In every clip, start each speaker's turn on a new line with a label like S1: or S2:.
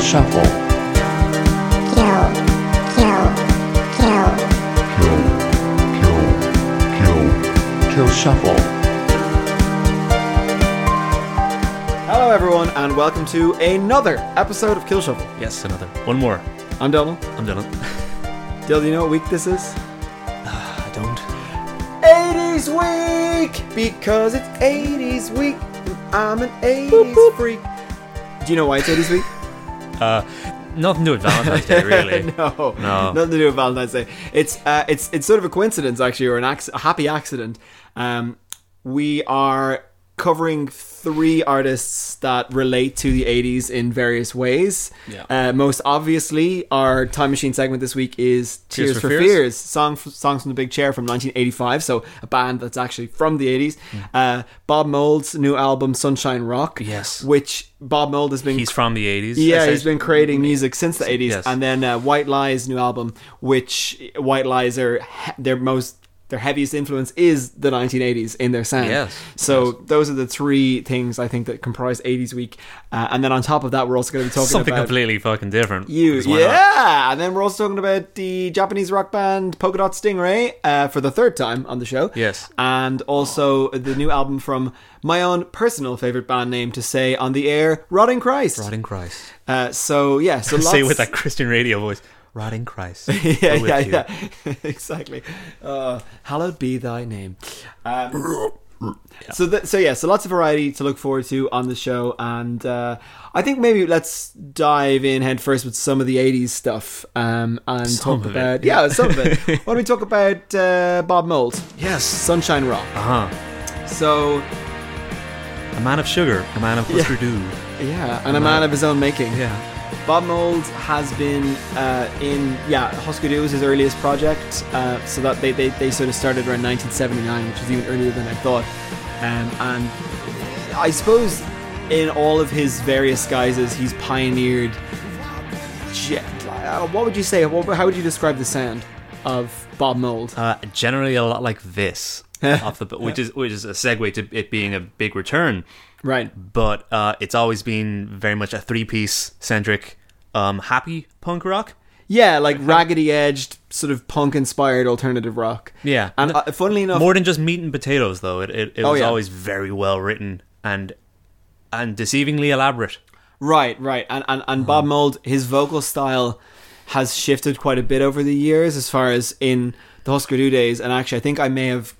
S1: shuffle.
S2: kill, kill, kill,
S3: kill, kill, kill.
S1: Kill shuffle.
S4: Hello, everyone, and welcome to another episode of Kill Shuffle.
S5: Yes, another. One more.
S4: I'm Donald.
S5: I'm done.
S4: Dill, do you know what week this is?
S5: Uh, I don't.
S4: 80s week! Because it's 80s week, and I'm an 80s freak. Do you know why it's 80s week?
S5: Nothing to do with Valentine's Day, really.
S4: no,
S5: No.
S4: nothing to do with Valentine's Day. It's uh, it's it's sort of a coincidence actually, or an ac- a happy accident. Um, we are covering three artists that relate to the 80s in various ways.
S5: Yeah.
S4: Uh, most obviously, our time machine segment this week is Tears, for,
S5: for
S4: Fears,
S5: Fears.
S4: song f- songs from the Big Chair from 1985, so a band that's actually from the 80s.
S5: Hmm.
S4: Uh, Bob Mould's new album Sunshine Rock,
S5: Yes.
S4: which Bob Mould has been
S5: He's from the 80s.
S4: yeah,
S5: That's
S4: he's
S5: it. Mm-hmm.
S4: been creating music since the eighties,
S5: Yes.
S4: and then uh, White Lies' new album, which White Lies are he- their most their heaviest influence is the nineteen eighties in their sound.
S5: Yes.
S4: So those are the three things I think that comprise eighties week, uh, and then on top of that, we're also going to be talking
S5: Something
S4: about
S5: completely fucking different.
S4: you,
S5: Because why
S4: yeah,
S5: not?
S4: and then we're also talking about the Japanese rock band Polka Dot Stingray uh, for the third time on the show.
S5: Yes.
S4: and also the new album from my own personal favorite band name to say on the air, Rotting Christ.
S5: Rotting Christ.
S4: Uh, so yeah, so lots.
S5: Say it with that Christian radio voice. Rotting Christ.
S4: yeah,
S5: Go with
S4: yeah,
S5: you.
S4: yeah. exactly. Uh, hallowed be thy name. Um, so, th- so yeah, so lots of variety to look forward to on the show, and uh, I think maybe let's dive in head first with some of the '80s stuff um, and
S5: Some
S4: talk
S5: of it.
S4: about yeah, some of it. Why don't we talk about uh, Bob Mould,
S5: Yes.
S4: Sunshine Rock?
S5: Uh huh.
S4: So
S5: A man of sugar. A man of Husker Du.
S4: yeah, and a man of his own making.
S5: Yeah.
S4: Bob Mould has been uh, in yeah Husker Du was his earliest project, uh, so that they, they, they sort of started around 1979, which was even earlier than I thought. Um, and I suppose in all of his various guises, he's pioneered. ge- uh, what would you say? What, how would you describe the sound of Bob Mould?
S5: Uh, generally, a lot like this. off the, which is which is a segue to it being a big return.
S4: right.
S5: but uh, it's always been very much a three-piece centric, um, happy punk rock.
S4: Yeah, like raggedy edged, sort of punk inspired alternative rock.
S5: Yeah.
S4: And uh, funnily enough,
S5: More than just meat and potatoes, though. It it, it
S4: Oh,
S5: was
S4: yeah.
S5: always very well written and and deceivingly elaborate.
S4: Right, right. And and, and Bob Mould, his vocal style has shifted quite a bit over the years as far as in the Husker Du days and actually I think I may have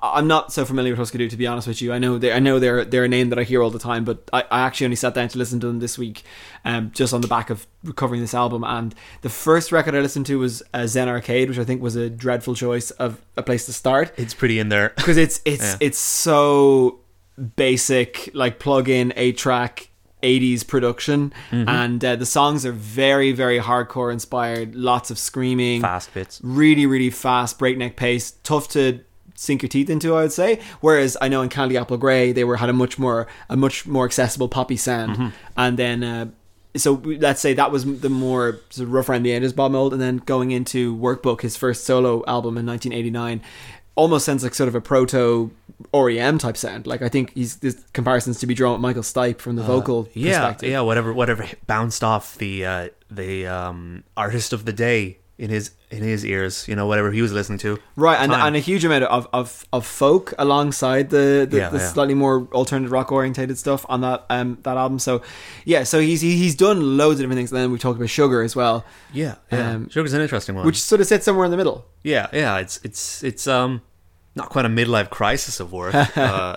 S4: I- I'm not so familiar with Husker Du to be honest with you. I know they I know they're they're a name that I hear all the time, but I, I actually only sat down to listen to them this week, um, just on the back of recovering this album. And the first record I listened to was uh, Zen Arcade, which I think was a dreadful choice of a place to start
S5: It's pretty in there.
S4: because it's it's
S5: Yeah.
S4: it's so basic like plug in a track 80s production
S5: Mm-hmm.
S4: and uh, the songs are very very hardcore inspired lots of screaming
S5: Fast bits.
S4: really really fast breakneck pace tough to sink your teeth into i would say whereas i know in candy apple gray they were had a much more a much more accessible poppy sound
S5: Mm-hmm.
S4: and then uh, so we- let's say that was the more sort of rough around the edges bob mold and then going into workbook his first solo album in 1989 almost sounds like sort of a proto REM type sound like i think he's there's comparisons to be drawn with michael stipe from the vocal
S5: Uh, Yeah,
S4: perspective
S5: yeah. Whatever, whatever bounced off the uh, the um, artist of the day in his in his ears. You know, whatever he was listening to.
S4: Right, and,
S5: Time.
S4: and a huge amount of, of, of folk alongside the, the,
S5: Yeah,
S4: the
S5: yeah.
S4: slightly more alternative rock orientated stuff on that um that album. So yeah, so he's he, he's done loads of different things. And then we talked about Sugar as well,
S5: yeah, yeah.
S4: um,
S5: Sugar's an interesting one.
S4: which sort of sits somewhere in the middle.
S5: Yeah, yeah. It's it's it's um not quite a midlife crisis of work. uh,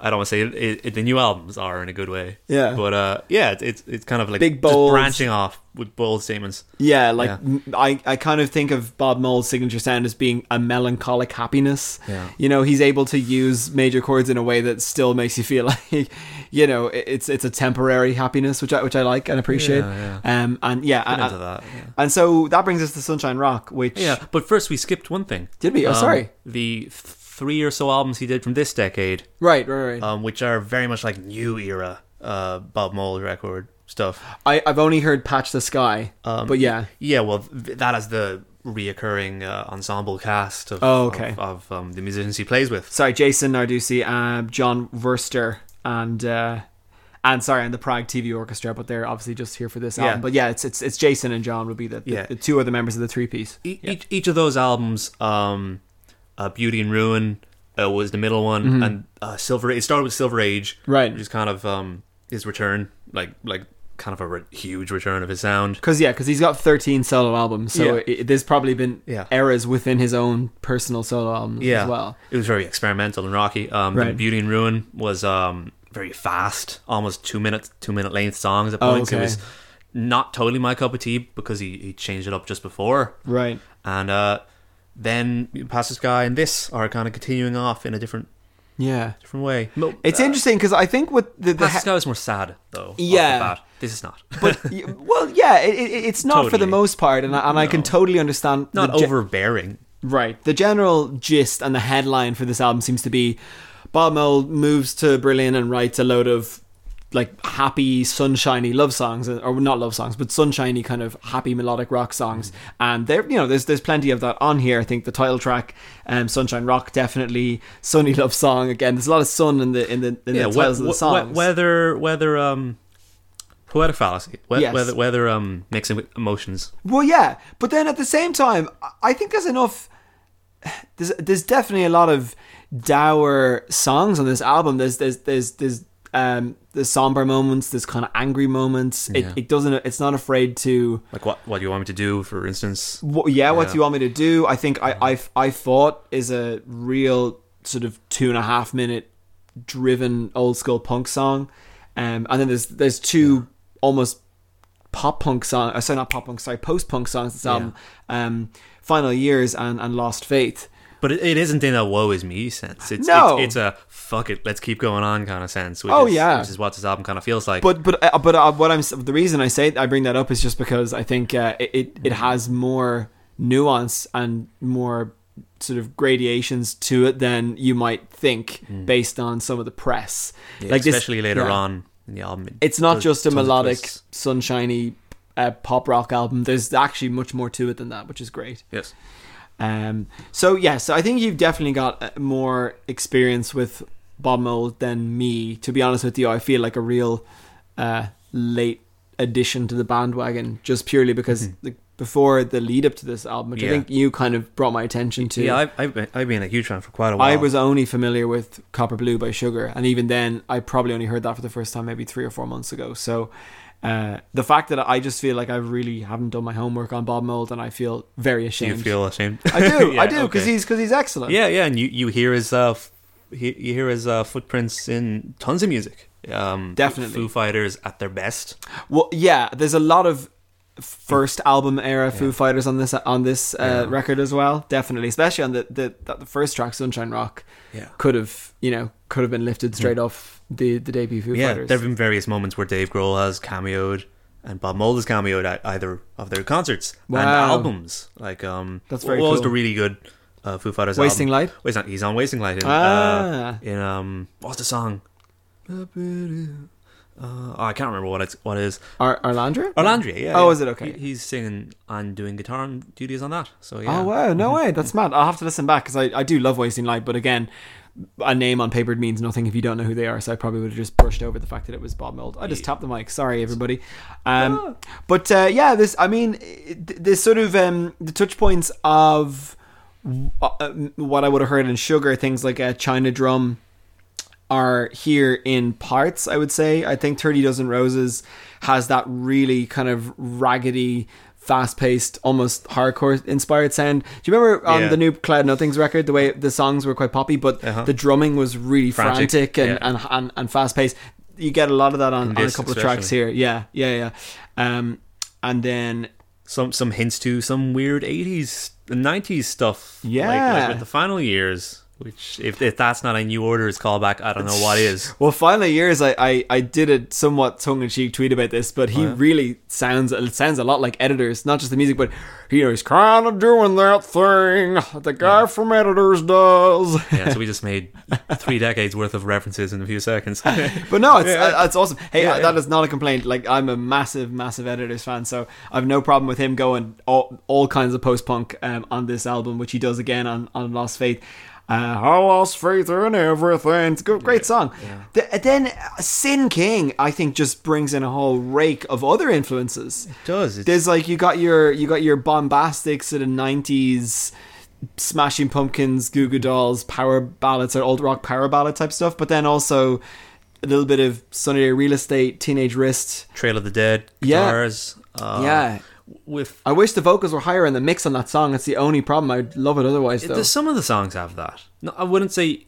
S5: I don't want to say it, it, it- The new albums are in a good way.
S4: Yeah.
S5: but uh, yeah, it's it's it's kind of like
S4: Big,
S5: just
S4: bold-
S5: branching off with bold statements.
S4: Yeah, like
S5: Yeah.
S4: m I I I kind of think of Bob Mould's signature sound as being a melancholic happiness.
S5: Yeah.
S4: You know, he's able to use major chords in a way that still makes you feel like, you know, it- it's it's a temporary happiness, which I which I like and appreciate.
S5: Yeah,
S4: Um, and yeah, and,
S5: into that, yeah.
S4: and so that brings us to Sunshine Rock, which
S5: Yeah, but first we skipped one thing. Um,
S4: Did we? Oh, sorry.
S5: The th- three or so albums he did from this decade,
S4: Right, right, right.
S5: um, which are very much like new era uh, Bob Mould record stuff.
S4: I, I've only heard Patch the Sky,
S5: Um,
S4: but yeah,
S5: Yeah, well, th- that is the reoccurring uh, ensemble cast of,
S4: Oh, okay.
S5: of, of um, the musicians he plays with.
S4: sorry, Jason Narduzzi, uh, John Verster, and uh, and sorry, and the Prague TV Orchestra, but they're obviously just here for this
S5: Yeah.
S4: album. But yeah, it's it's it's Jason and John would be the the,
S5: Yeah.
S4: the two other members of the three piece.
S5: E- each each of those albums, um, uh, Beauty and Ruin uh, was the middle one, and uh, Silver. It started with Silver Age,
S4: Mm-hmm. Right.
S5: Which is kind of um, his return, like like kind of a re- huge return of his sound.
S4: Because yeah, because he's got thirteen solo albums, so
S5: Yeah.
S4: it, there's probably been
S5: Yeah.
S4: eras within his own personal solo albums
S5: Yeah,
S4: as well.
S5: it was very experimental and rocky. Um,
S4: Right.
S5: then Beauty and Ruin was um, very fast, almost two minutes, two minute length songs at
S4: Oh,
S5: points.
S4: okay.
S5: It was not totally my cup of tea because he, he changed it up just before.
S4: Right.
S5: And uh, then Pastor Sky and this are kind of continuing off in a different
S4: Yeah.
S5: different way.
S4: It's interesting because I think with the, the
S5: uh, Pastor Sky was more sad though. off the
S4: Yeah.
S5: bat. this is not.
S4: but y- well, yeah, it, it, it's not for the
S5: Totally.
S4: most part, and I, and I can totally understand the
S5: not
S4: ge-
S5: overbearing.
S4: Right. The general gist and the headline for this album seems to be Bob Mould moves to Berlin and writes a load of like happy, sunshiny love songs, uh, or not love songs, but sunshiny kind of happy melodic rock songs.
S5: Mm.
S4: And there, you know, there's there's plenty of that on here. I think the title track, um, "Sunshine Rock," definitely sunny love song. Again, there's a lot of sun in the in the in the
S5: whe-
S4: titles of
S5: whe-
S4: the
S5: whe-
S4: songs.
S5: whether whether um, poetic fallacy. Whe-
S4: Yes.
S5: Whether whether um, mixing with emotions.
S4: Well, yeah, but then at the same time, I- I think there's enough. There's there's definitely a lot of dour songs on this album. There's there's there's there's um there's somber moments. There's kind of angry moments.
S5: Yeah.
S4: It it doesn't. It's not afraid to.
S5: Like what what do you want me to do, for instance?
S4: What, yeah, what
S5: Yeah.
S4: do you want me to do? I think I I I fought is a real sort of two and a half minute driven old school punk song, um, and then there's there's two almost pop punk song. Uh, sorry, not pop punk. Sorry, post punk songs. This album, um, final years and and lost faith.
S5: But it, it isn't in a woe is me sense. It's,
S4: No.
S5: it's it's a fuck it, let's keep going on kind of sense. Which
S4: Oh,
S5: is,
S4: yeah.
S5: which is what this album kind of feels like.
S4: But but uh, but uh, what I'm s- the reason I say I bring that up is just because I think uh, it, it it has more nuance and more sort of gradations to it than you might think based on some of the press.
S5: Mm. Yeah,
S4: like this-
S5: especially later
S4: yeah.
S5: on in the album, it
S4: it's not
S5: does
S4: just a
S5: tons of
S4: melodic,
S5: twists.
S4: sunshiny uh, pop rock album. There's actually much more to it than that, which is great.
S5: Yes,
S4: Um, so yeah, so I think you've definitely got uh, more experience with Bob Mould than me. To be honest with you, I feel like a real uh, late addition to the bandwagon, just purely because the, before the lead up to this album, which I
S5: Mm-hmm. Yeah.
S4: think you kind of brought my attention to.
S5: yeah. I've, I've been I've been a huge fan for quite a while.
S4: I was only familiar with Copper Blue by Sugar, and even then, I probably only heard that for the first time maybe three or four months ago. So, uh, the fact that I just feel like I really haven't done my homework on Bob Mould, and I feel very
S5: Do you
S4: ashamed.
S5: feel ashamed?
S4: I do,
S5: Yeah,
S4: I do, because
S5: okay.
S4: he's because he's excellent.
S5: yeah, yeah, and you you hear his uh, f- he, you hear his uh, footprints in tons of music. Um,
S4: Definitely.
S5: Foo Fighters at their best.
S4: Well, yeah, there's a lot of first album era Foo Fighters on this on this uh,
S5: Yeah.
S4: record as well. Definitely, especially on the the, that the first track, Sunshine Rock.
S5: Yeah.
S4: could have you know could have been lifted straight off the the debut Foo
S5: Yeah,
S4: Fighters.
S5: there have been various moments where Dave Grohl has cameoed and Bob Mould has cameoed at either of their concerts and
S4: Wow.
S5: albums. Like, um,
S4: That's
S5: what
S4: very
S5: was
S4: cool.
S5: the really good uh, Foo Fighters
S4: Wasting
S5: album?
S4: Light?
S5: Wasting Light. He's on Wasting Light. In,
S4: Ah.
S5: uh, in um, what's the song? Uh, oh, I can't remember what it's what it is.
S4: Ar- Arlandra?
S5: Orlandria, yeah.
S4: Oh,
S5: yeah.
S4: is it okay?
S5: He- he's singing and doing guitar and duties on that. So yeah.
S4: Oh wow, no way, that's mad. I'll have to listen back because I, I do love Wasting Light, but again, a name on paper means nothing if you don't know who they are. So I probably would have just brushed over the fact that it was Bob Mould. I just tapped the mic. Sorry, everybody. Um, but uh, yeah, this I mean, it- th- this sort of um, the touch points of w- uh, um, what I would have heard in Sugar, things like a China Drum are here in parts, I would say. I think 30 Dozen Roses has that really kind of raggedy, fast paced, almost hardcore inspired sound. Do you remember on
S5: Yeah. Uh-huh.
S4: the new Cloud Nothings record, the way the songs were quite poppy, but the drumming was really frantic,
S5: Frantic,
S4: and,
S5: yeah.
S4: and, and, and fast paced? You get a lot of that on, on a
S5: this
S4: couple of tracks here. Yeah, yeah, yeah. Um, and then
S5: Some some hints to some weird eighties and nineties stuff. like- Like,
S4: Yeah.
S5: with the final years. Which if, if that's not a new orders callback, I don't know what is.
S4: Well, finally, years I, I, I did a somewhat tongue in cheek tweet about this, but he really sounds it sounds a lot like editors, not just the music, but you know he's kind of doing that thing that the guy from editors does.
S5: Yeah, so we just made three decades worth of references in a few seconds.
S4: But no, it's uh, it's awesome. Hey, uh,
S5: yeah.
S4: that is not a complaint. Like I'm a massive, massive editors fan, so I've no problem with him going all, all kinds of post punk um, on this album, which he does again on on Lost Faith. Uh, How else faith in everything? It's a good, great song. Th- and then uh, Sin King, I think, just brings in a whole rake of other influences. It
S5: does. It's-
S4: There's like you got your you got your bombastic sort of '90s. Smashing Pumpkins, Goo Goo Dolls, power ballads, or old rock power ballad type stuff, but then also a little bit of Sunny Day Real Estate, Teenage Wrist.
S5: Trail of the Dead,
S4: Yeah.
S5: guitars. Uh,
S4: Yeah.
S5: With
S4: I wish the vocals were higher in the mix on that song. That's the only problem. I'd love it otherwise, though.
S5: Does some of the songs have that? No, I wouldn't say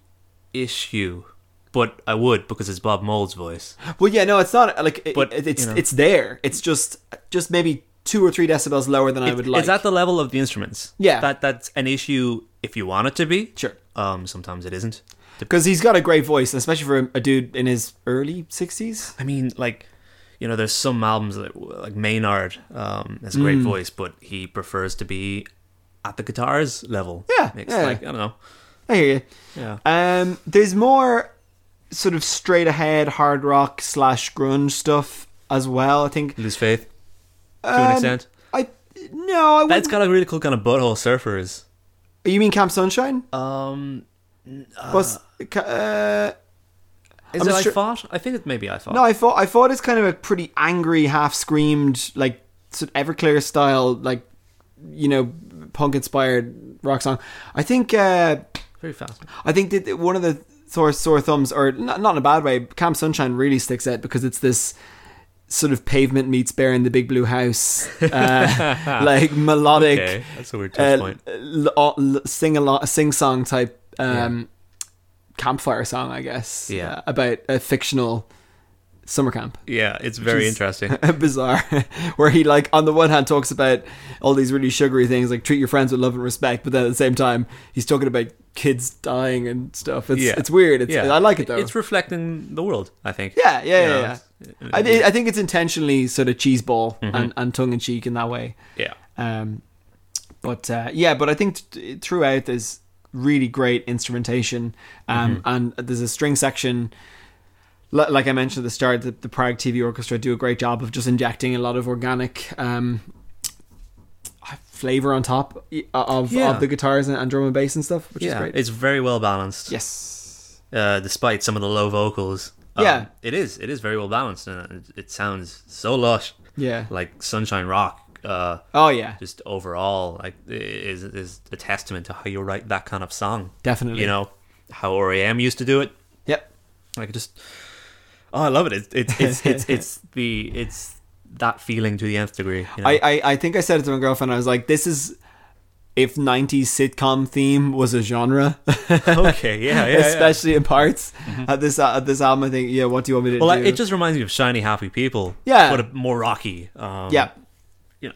S5: issue, but I would because it's Bob Mould's voice.
S4: Well, yeah, no, it's not like it,
S5: But,
S4: it- it's
S5: you know.
S4: it's there. It's just just maybe two or three decibels lower than I would like.
S5: It's at the level of the instruments.
S4: Yeah.
S5: that that's an issue if you want it to be.
S4: Sure.
S5: Um, sometimes it isn't. Dep-
S4: because he's got a great voice, especially for a dude in his early sixties.
S5: I mean, like, you know, there's some albums like, like Maynard um, has a
S4: Mm.
S5: great voice, but he prefers to be at the guitars level.
S4: Yeah,
S5: mix.
S4: yeah.
S5: like I don't know.
S4: I hear you.
S5: Yeah.
S4: Um, there's more sort of straight ahead hard rock slash grunge stuff as well. I think
S5: Lose faith to
S4: Um,
S5: an extent.
S4: I no, I
S5: That's
S4: wouldn't.
S5: got a really cool kind of butthole surfers.
S4: you mean Camp Sunshine?
S5: Um,
S4: Bus- ca- uh,
S5: is
S4: I'm
S5: it
S4: just
S5: I
S4: tr-
S5: thought? I think it maybe I thought.
S4: No, I thought I thought it's kind of a pretty angry, half screamed, like sort of Everclear style, like you know, punk inspired rock song. I think uh,
S5: very fast.
S4: I think that one of the sore sore thumbs, or not, not in a bad way, Camp Sunshine really sticks out because it's this sort of pavement meets Bear in the Big Blue House, uh, like melodic, uh,
S5: Okay, that's a weird touch point.
S4: sing a lot, sing song type. Um, Campfire song, I guess.
S5: Yeah.
S4: uh, about a fictional summer camp.
S5: Yeah, it's very
S4: is-
S5: interesting.
S4: bizarre where he like on the one hand talks about all these really sugary things like treat your friends with love and respect but then at the same time he's talking about kids dying and stuff it's,
S5: yeah,
S4: it's weird it's, i like it though
S5: It's reflecting the world, I think.
S4: yeah yeah
S5: You
S4: yeah,
S5: know,
S4: yeah.
S5: it's-
S4: I, thi- I think it's intentionally sort of cheeseball
S5: Mm-hmm.
S4: and, and tongue-in-cheek in that way
S5: yeah,
S4: um, but uh, yeah, but I think t- throughout there's really great instrumentation, um, and
S5: Mm-hmm.
S4: there's a string section. Li- Like I mentioned at the start, the, the Prague TV Orchestra do a great job of just injecting a lot of organic um, uh, flavor on top i- of,
S5: Yeah.
S4: of the guitars and, and drum and bass and stuff, which
S5: yeah.
S4: is great.
S5: It's very well balanced.
S4: yes,
S5: Uh, despite some of the low vocals. Um,
S4: Yeah.
S5: it is. It is very well balanced, and it, it sounds so lush.
S4: yeah.
S5: Like Sunshine Rock. Uh,
S4: oh yeah,
S5: just overall, like i- is is a testament to how you write that kind of song.
S4: Definitely.
S5: You know how REM used to do it.
S4: yep.
S5: Like just, oh, I love it. It's it's it's it's, it's the it's that feeling to the nth degree. You know?
S4: I, I, I think I said it to my girlfriend. I was like, "This is if '90s sitcom theme was a genre."
S5: okay, yeah, yeah, yeah.
S4: especially in parts at this at this album. I think, yeah, what do you want me to
S5: Well,
S4: do?
S5: it just reminds me of Shiny Happy People.
S4: Yeah.
S5: but a- more rocky. Um,
S4: yeah,
S5: you know,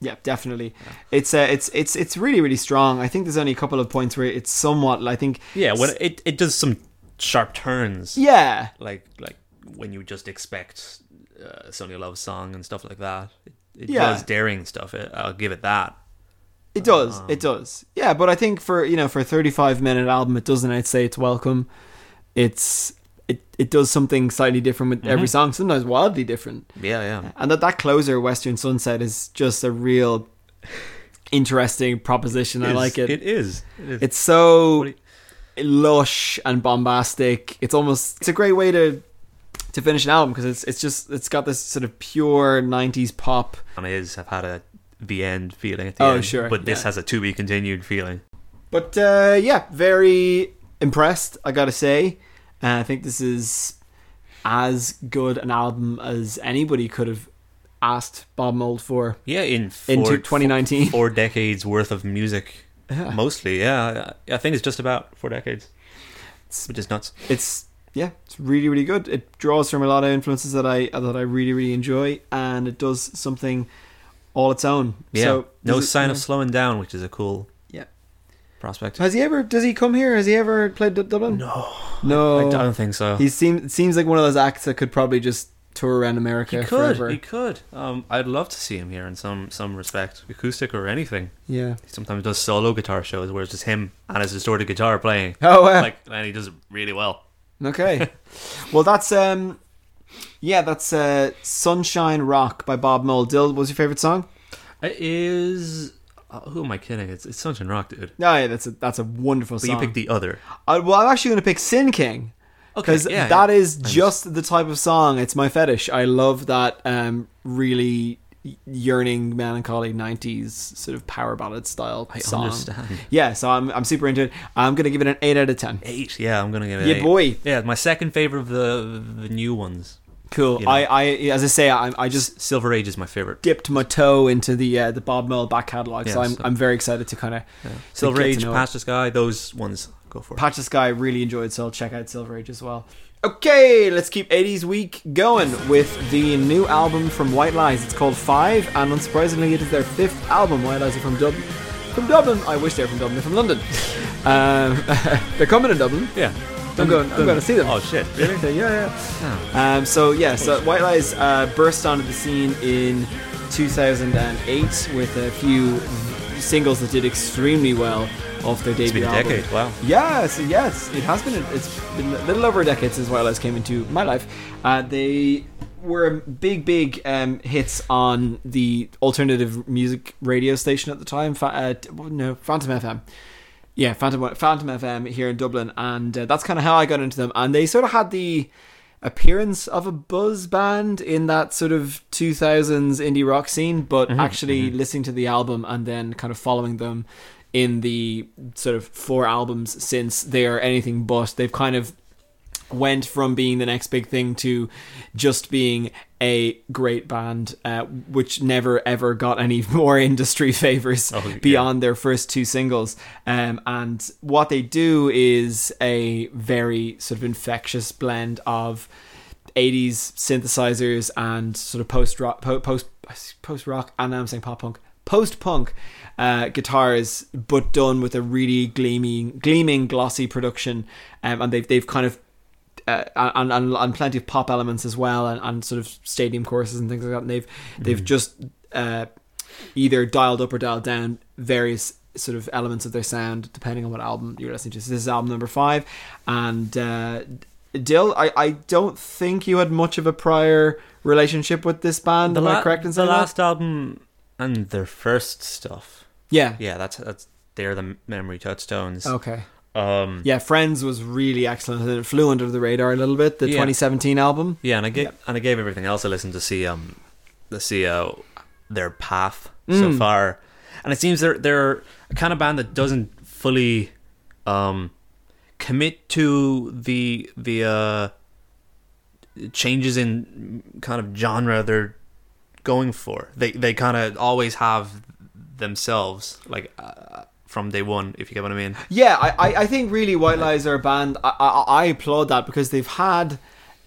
S4: yeah, definitely. It's uh, it's it's it's really really strong. I think there's only a couple of points where it's somewhat. I think,
S5: yeah. When it it does some sharp turns,
S4: yeah,
S5: like like when you just expect uh, Sonia Love's song and stuff like that. It, it
S4: Yeah.
S5: does daring stuff. It, I'll give it that.
S4: it does,
S5: Ah.
S4: it does. Yeah, but I think for you know for a 35 minute album, it doesn't outstay its welcome. It's it it does something slightly different with
S5: Mm-hmm.
S4: every song. Sometimes wildly different.
S5: Yeah, yeah.
S4: And that that closer, Western Sunset, is just a real interesting proposition. I
S5: It is-
S4: like it.
S5: It is. It is.
S4: It's so
S5: do
S4: lush and bombastic. It's almost it's a great way to to finish an album because it's it's just it's got this sort of pure '90s pop.
S5: and it is. I've had a the end feeling at the
S4: Oh,
S5: end.
S4: sure,
S5: But this
S4: yeah.
S5: has a to be continued feeling.
S4: But uh, yeah, very impressed. I gotta say, uh, I think this is as good an album as anybody could have asked Bob Mould for.
S5: Yeah, in four,
S4: Into 2019.
S5: four decades worth of music,
S4: Yeah.
S5: mostly. Yeah, I I think it's just about four decades, which is nuts.
S4: It's yeah, it's really really good. It draws from a lot of influences that I that I really really enjoy, and it does something all its own.
S5: Yeah,
S4: So,
S5: no
S4: is it-
S5: sign of
S4: yeah.
S5: slowing down, which is a cool
S4: Yeah.
S5: prospect.
S4: Has he ever? Does he come here? Has he ever played Du- Dublin?
S5: No,
S4: No.
S5: I don't think so.
S4: He seems seems like one of those acts that could probably just tour around America
S5: he could,
S4: forever.
S5: he could. Um, I'd love to see him here in some some respect, acoustic or anything.
S4: Yeah.
S5: He sometimes does solo guitar shows where it's just him and his distorted guitar playing.
S4: Oh wow.
S5: Like, and he does it really well.
S4: okay. well, that's um, yeah, that's uh, "Sunshine Rock" by Bob Mould. Dill, what was your favorite song?
S5: It is. uh, who am I kidding? It's it's Sunshine Rock, dude.
S4: No, Oh, yeah, that's a that's a wonderful
S5: But
S4: song.
S5: you picked the other.
S4: I, well, I'm actually going to pick Sin King.
S5: Okay,
S4: Because
S5: yeah,
S4: that
S5: yeah.
S4: is just the type of song. It's my fetish. I love that um, really yearning, melancholy '90s sort of power ballad style
S5: I
S4: song.
S5: understand.
S4: Yeah, so I'm I'm super into it. I'm gonna give it an eight out of ten.
S5: Eight. Yeah, I'm gonna give it.
S4: Yeah,
S5: eight.
S4: boy.
S5: Yeah, my second favorite of the the new ones.
S4: Cool.
S5: You know.
S4: I, I as I say, I, I just
S5: Silver Age is my favorite.
S4: dipped my toe into the uh, the Bob Merle back catalog, so
S5: Yeah,
S4: I'm
S5: so-
S4: I'm very excited to kind of
S5: Silver
S4: get to
S5: Age,
S4: know it.
S5: Past the Sky, those ones. Go for it.
S4: Patch the Sky really enjoyed, so I'll check out Silver Age as well. Okay, let's keep 80s week going with the new album from White Lies. It's called Five, and unsurprisingly, it is their fifth album. White Lies are from Dublin. From Dublin, I wish they were from Dublin. They're from London. um, they're coming to Dublin.
S5: yeah.
S4: I'm going. I'm going to see them.
S5: Oh shit! Really?
S4: Yeah, yeah. Um, so yeah, so White Lies uh, burst onto the scene in 2008 with a few singles that did extremely well off their debut
S5: It's been a
S4: album.
S5: decade. Wow.
S4: Yes, yes, it has been. It's been a little over a decade since Wild Lies came into my life. Uh, they were big, big um, hits on the alternative music radio station at the time. Fa- uh, t- well, no, Phantom FM. Yeah, Phantom Phantom FM here in Dublin, and uh, that's kind of how I got into them. And they sort of had the appearance of a buzz band in that sort of 2000s indie rock scene, but actually listening to the album and then kind of following them in the sort of four albums since they are anything but. They've kind of went from being the next big thing to just being a great band, uh, which never ever got any more industry favors
S5: Oh, yeah.
S4: beyond their first two singles. Um, and what they do is a very sort of infectious blend of 80s synthesizers and sort of post rock, po- post post rock, and now I'm saying pop punk, post punk uh, guitars, but done with a really gleaming, gleaming, glossy production. Um, and they've they've kind of uh, and, and and plenty of pop elements as well, and, and sort of stadium courses and things like that. And they've they've just uh, either dialed up or dialed down various sort of elements of their sound depending on what album you're listening to. So this is album number five, and uh, Dill, I, I don't think you had much of a prior relationship with this band.
S5: The,
S4: am
S5: la-
S4: I correct in
S5: the
S4: saying that?
S5: last album and their first stuff.
S4: Yeah.
S5: Yeah, that's that's they're the memory touchstones.
S4: Okay.
S5: Um,
S4: Yeah, Friends was really excellent. and It flew under the radar a little bit. The
S5: Yeah.
S4: 2017 album.
S5: Yeah, and I gave and I gave everything else a listen to see um to see uh, their path so far, and it seems they're they're a kind of band that doesn't fully um commit to the the uh changes in kind of genre they're going for. They they kind of always have themselves like uh, from day one, if you get what I mean.
S4: Yeah, I, I, I think really White Lies are a band. I, I, I applaud that because they've had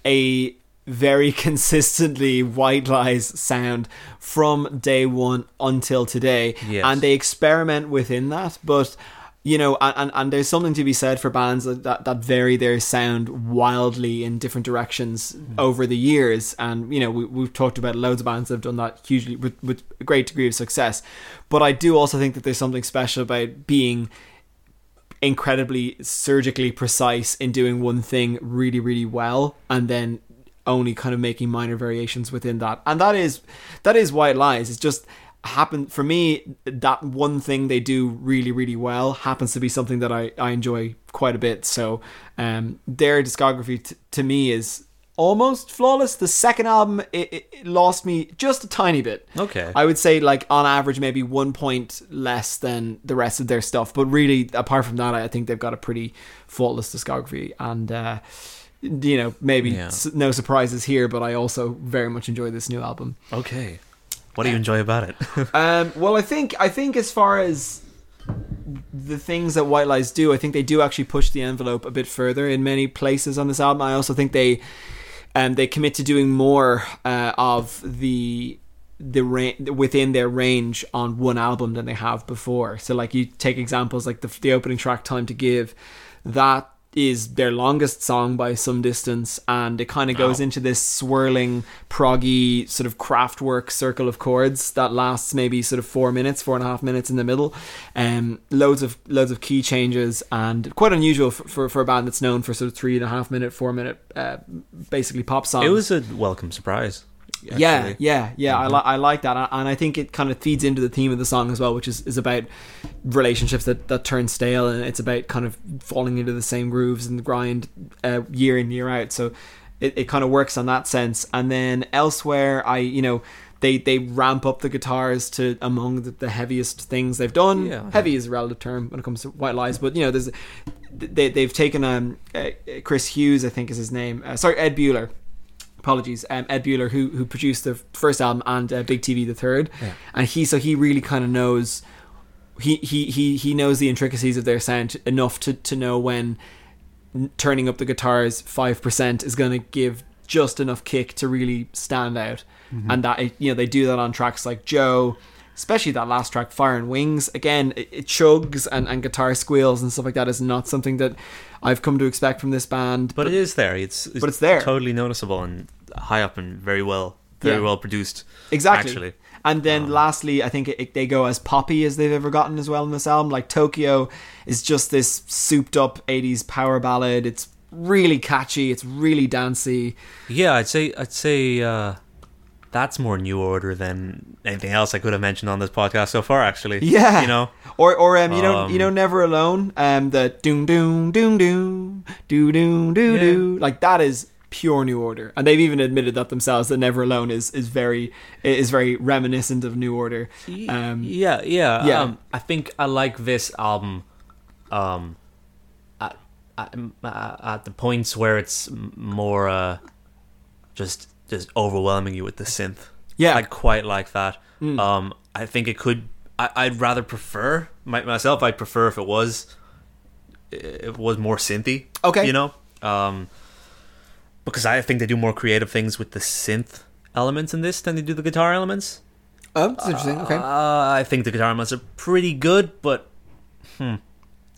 S4: a very consistently White Lies sound from day one until today.
S5: Yes.
S4: And they experiment within that, but. You know, and, and, and there's something to be said for bands that, that, that vary their sound wildly in different directions over the years. And, you know, we, we've talked about loads of bands that have done that hugely with, with a great degree of success. But I do also think that there's something special about being incredibly surgically precise in doing one thing really really well and then only kind of making minor variations within that and that is that is why it lies it's just happened for me that one thing they do really really well happens to be something that i i enjoy quite a bit so um their discography t- to me is almost flawless the second album it, it, it lost me just a tiny bit
S5: Okay.
S4: I would say like on average maybe one point less than the rest of their stuff. But really, apart from that, I think they've got a pretty faultless discography, and uh, you know maybe
S5: Yeah.
S4: s- no surprises here. But I also very much enjoy this new album.
S5: Okay, what do you enjoy about it?
S4: Um, well, I think I think as far as the things that White Lies do, I think they do actually push the envelope a bit further in many places on this album. I also think they um, they commit to doing more uh, of the the ra- within their range on one album than they have before. So, like you take examples like the the opening track "Time to Give," that is their longest song by some distance, and it kind of goes into this swirling proggy sort of craftwork circle of chords that lasts maybe sort of four minutes, four and a half minutes in the middle. Um, loads of loads of key changes and quite unusual for, for, for a band that's known for sort of three and a half minute, four minute, uh, basically pop songs.
S5: it was a welcome surprise.
S4: Yeah,
S5: actually. Mm-hmm.
S4: yeah, yeah. I, li- I like that, and I think it kind of feeds into the theme of the song as well, which is, is about relationships that, that turn stale, and it's about kind of falling into the same grooves and the grind uh, year in year out. So it, it kind of works on that sense. And then elsewhere, I you know they they ramp up the guitars to among the, the heaviest things they've done.
S5: Yeah, I
S4: Heavy is a relative term when it comes to White Lies, but you know there's they they've taken um uh, Chris Hughes I think is his name. Uh, sorry, Ed Bueller apologies um, ed bueller who who produced the first album and uh, big tv the third and he so he really kind of knows he, he he he knows the intricacies of their sound enough to to know when n- turning up the guitars 5% is going to give just enough kick to really stand out and that it- you know they do that on tracks like joe especially that last track fire and wings again it, it chugs and, and guitar squeals and stuff like that is not something that i've come to expect from this band
S5: But it is there. It's, it's
S4: But it's there.
S5: Totally noticeable and high up and very well, very
S4: Yeah.
S5: well produced.
S4: Exactly.
S5: Actually,
S4: And then lastly, I think it, it- they go as poppy as they've ever gotten as well in this album. Like Tokyo is just this souped up 80s power ballad. It's really catchy, it's really dancey.
S5: yeah, I'd say I'd say uh, that's more new order than anything else I could have mentioned on this podcast so far. Actually,
S4: Yeah.
S5: you know,
S4: Or or um, you know
S5: Um,
S4: you know Never Alone, um the doom doom doom doom doo doom doo
S5: Yeah.
S4: doo like that is pure new order. And they've even admitted that themselves that Never Alone is is very is very reminiscent of New Order. Um
S5: yeah, yeah,
S4: yeah.
S5: Um, I think I like this album. Um, at, at, uh, at the points where it's m- more uh, just just overwhelming you with the synth.
S4: Yeah. Mm.
S5: I quite like that. Um, I think it could. I, I'd rather prefer my, myself. I'd prefer if it was it was more synthy.
S4: Okay.
S5: you know, um, because I think they do more creative things with the synth elements in this than they do the guitar elements.
S4: Oh, that's interesting. Okay.
S5: Uh, I think the guitar elements are pretty good, but hmm,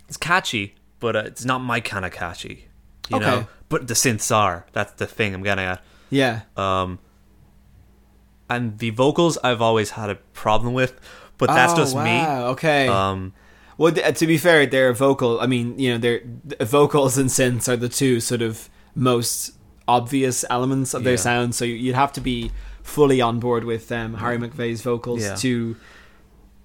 S5: it's catchy, but uh, it's not my kind of catchy. You
S4: Okay.
S5: know, but the synths are. That's the thing I'm getting at.
S4: yeah.
S5: Um, and the vocals I've always had a problem with, but that's
S4: Oh,
S5: just
S4: wow, Okay.
S5: me. Um,
S4: Well, th- to be fair, they're vocal. I mean, you know, they're th- vocals and synths are the two sort of most obvious elements of their
S5: Yeah.
S4: sound. So you- you'd have to be fully on board with um, Harry McVeigh's vocals
S5: Yeah.
S4: to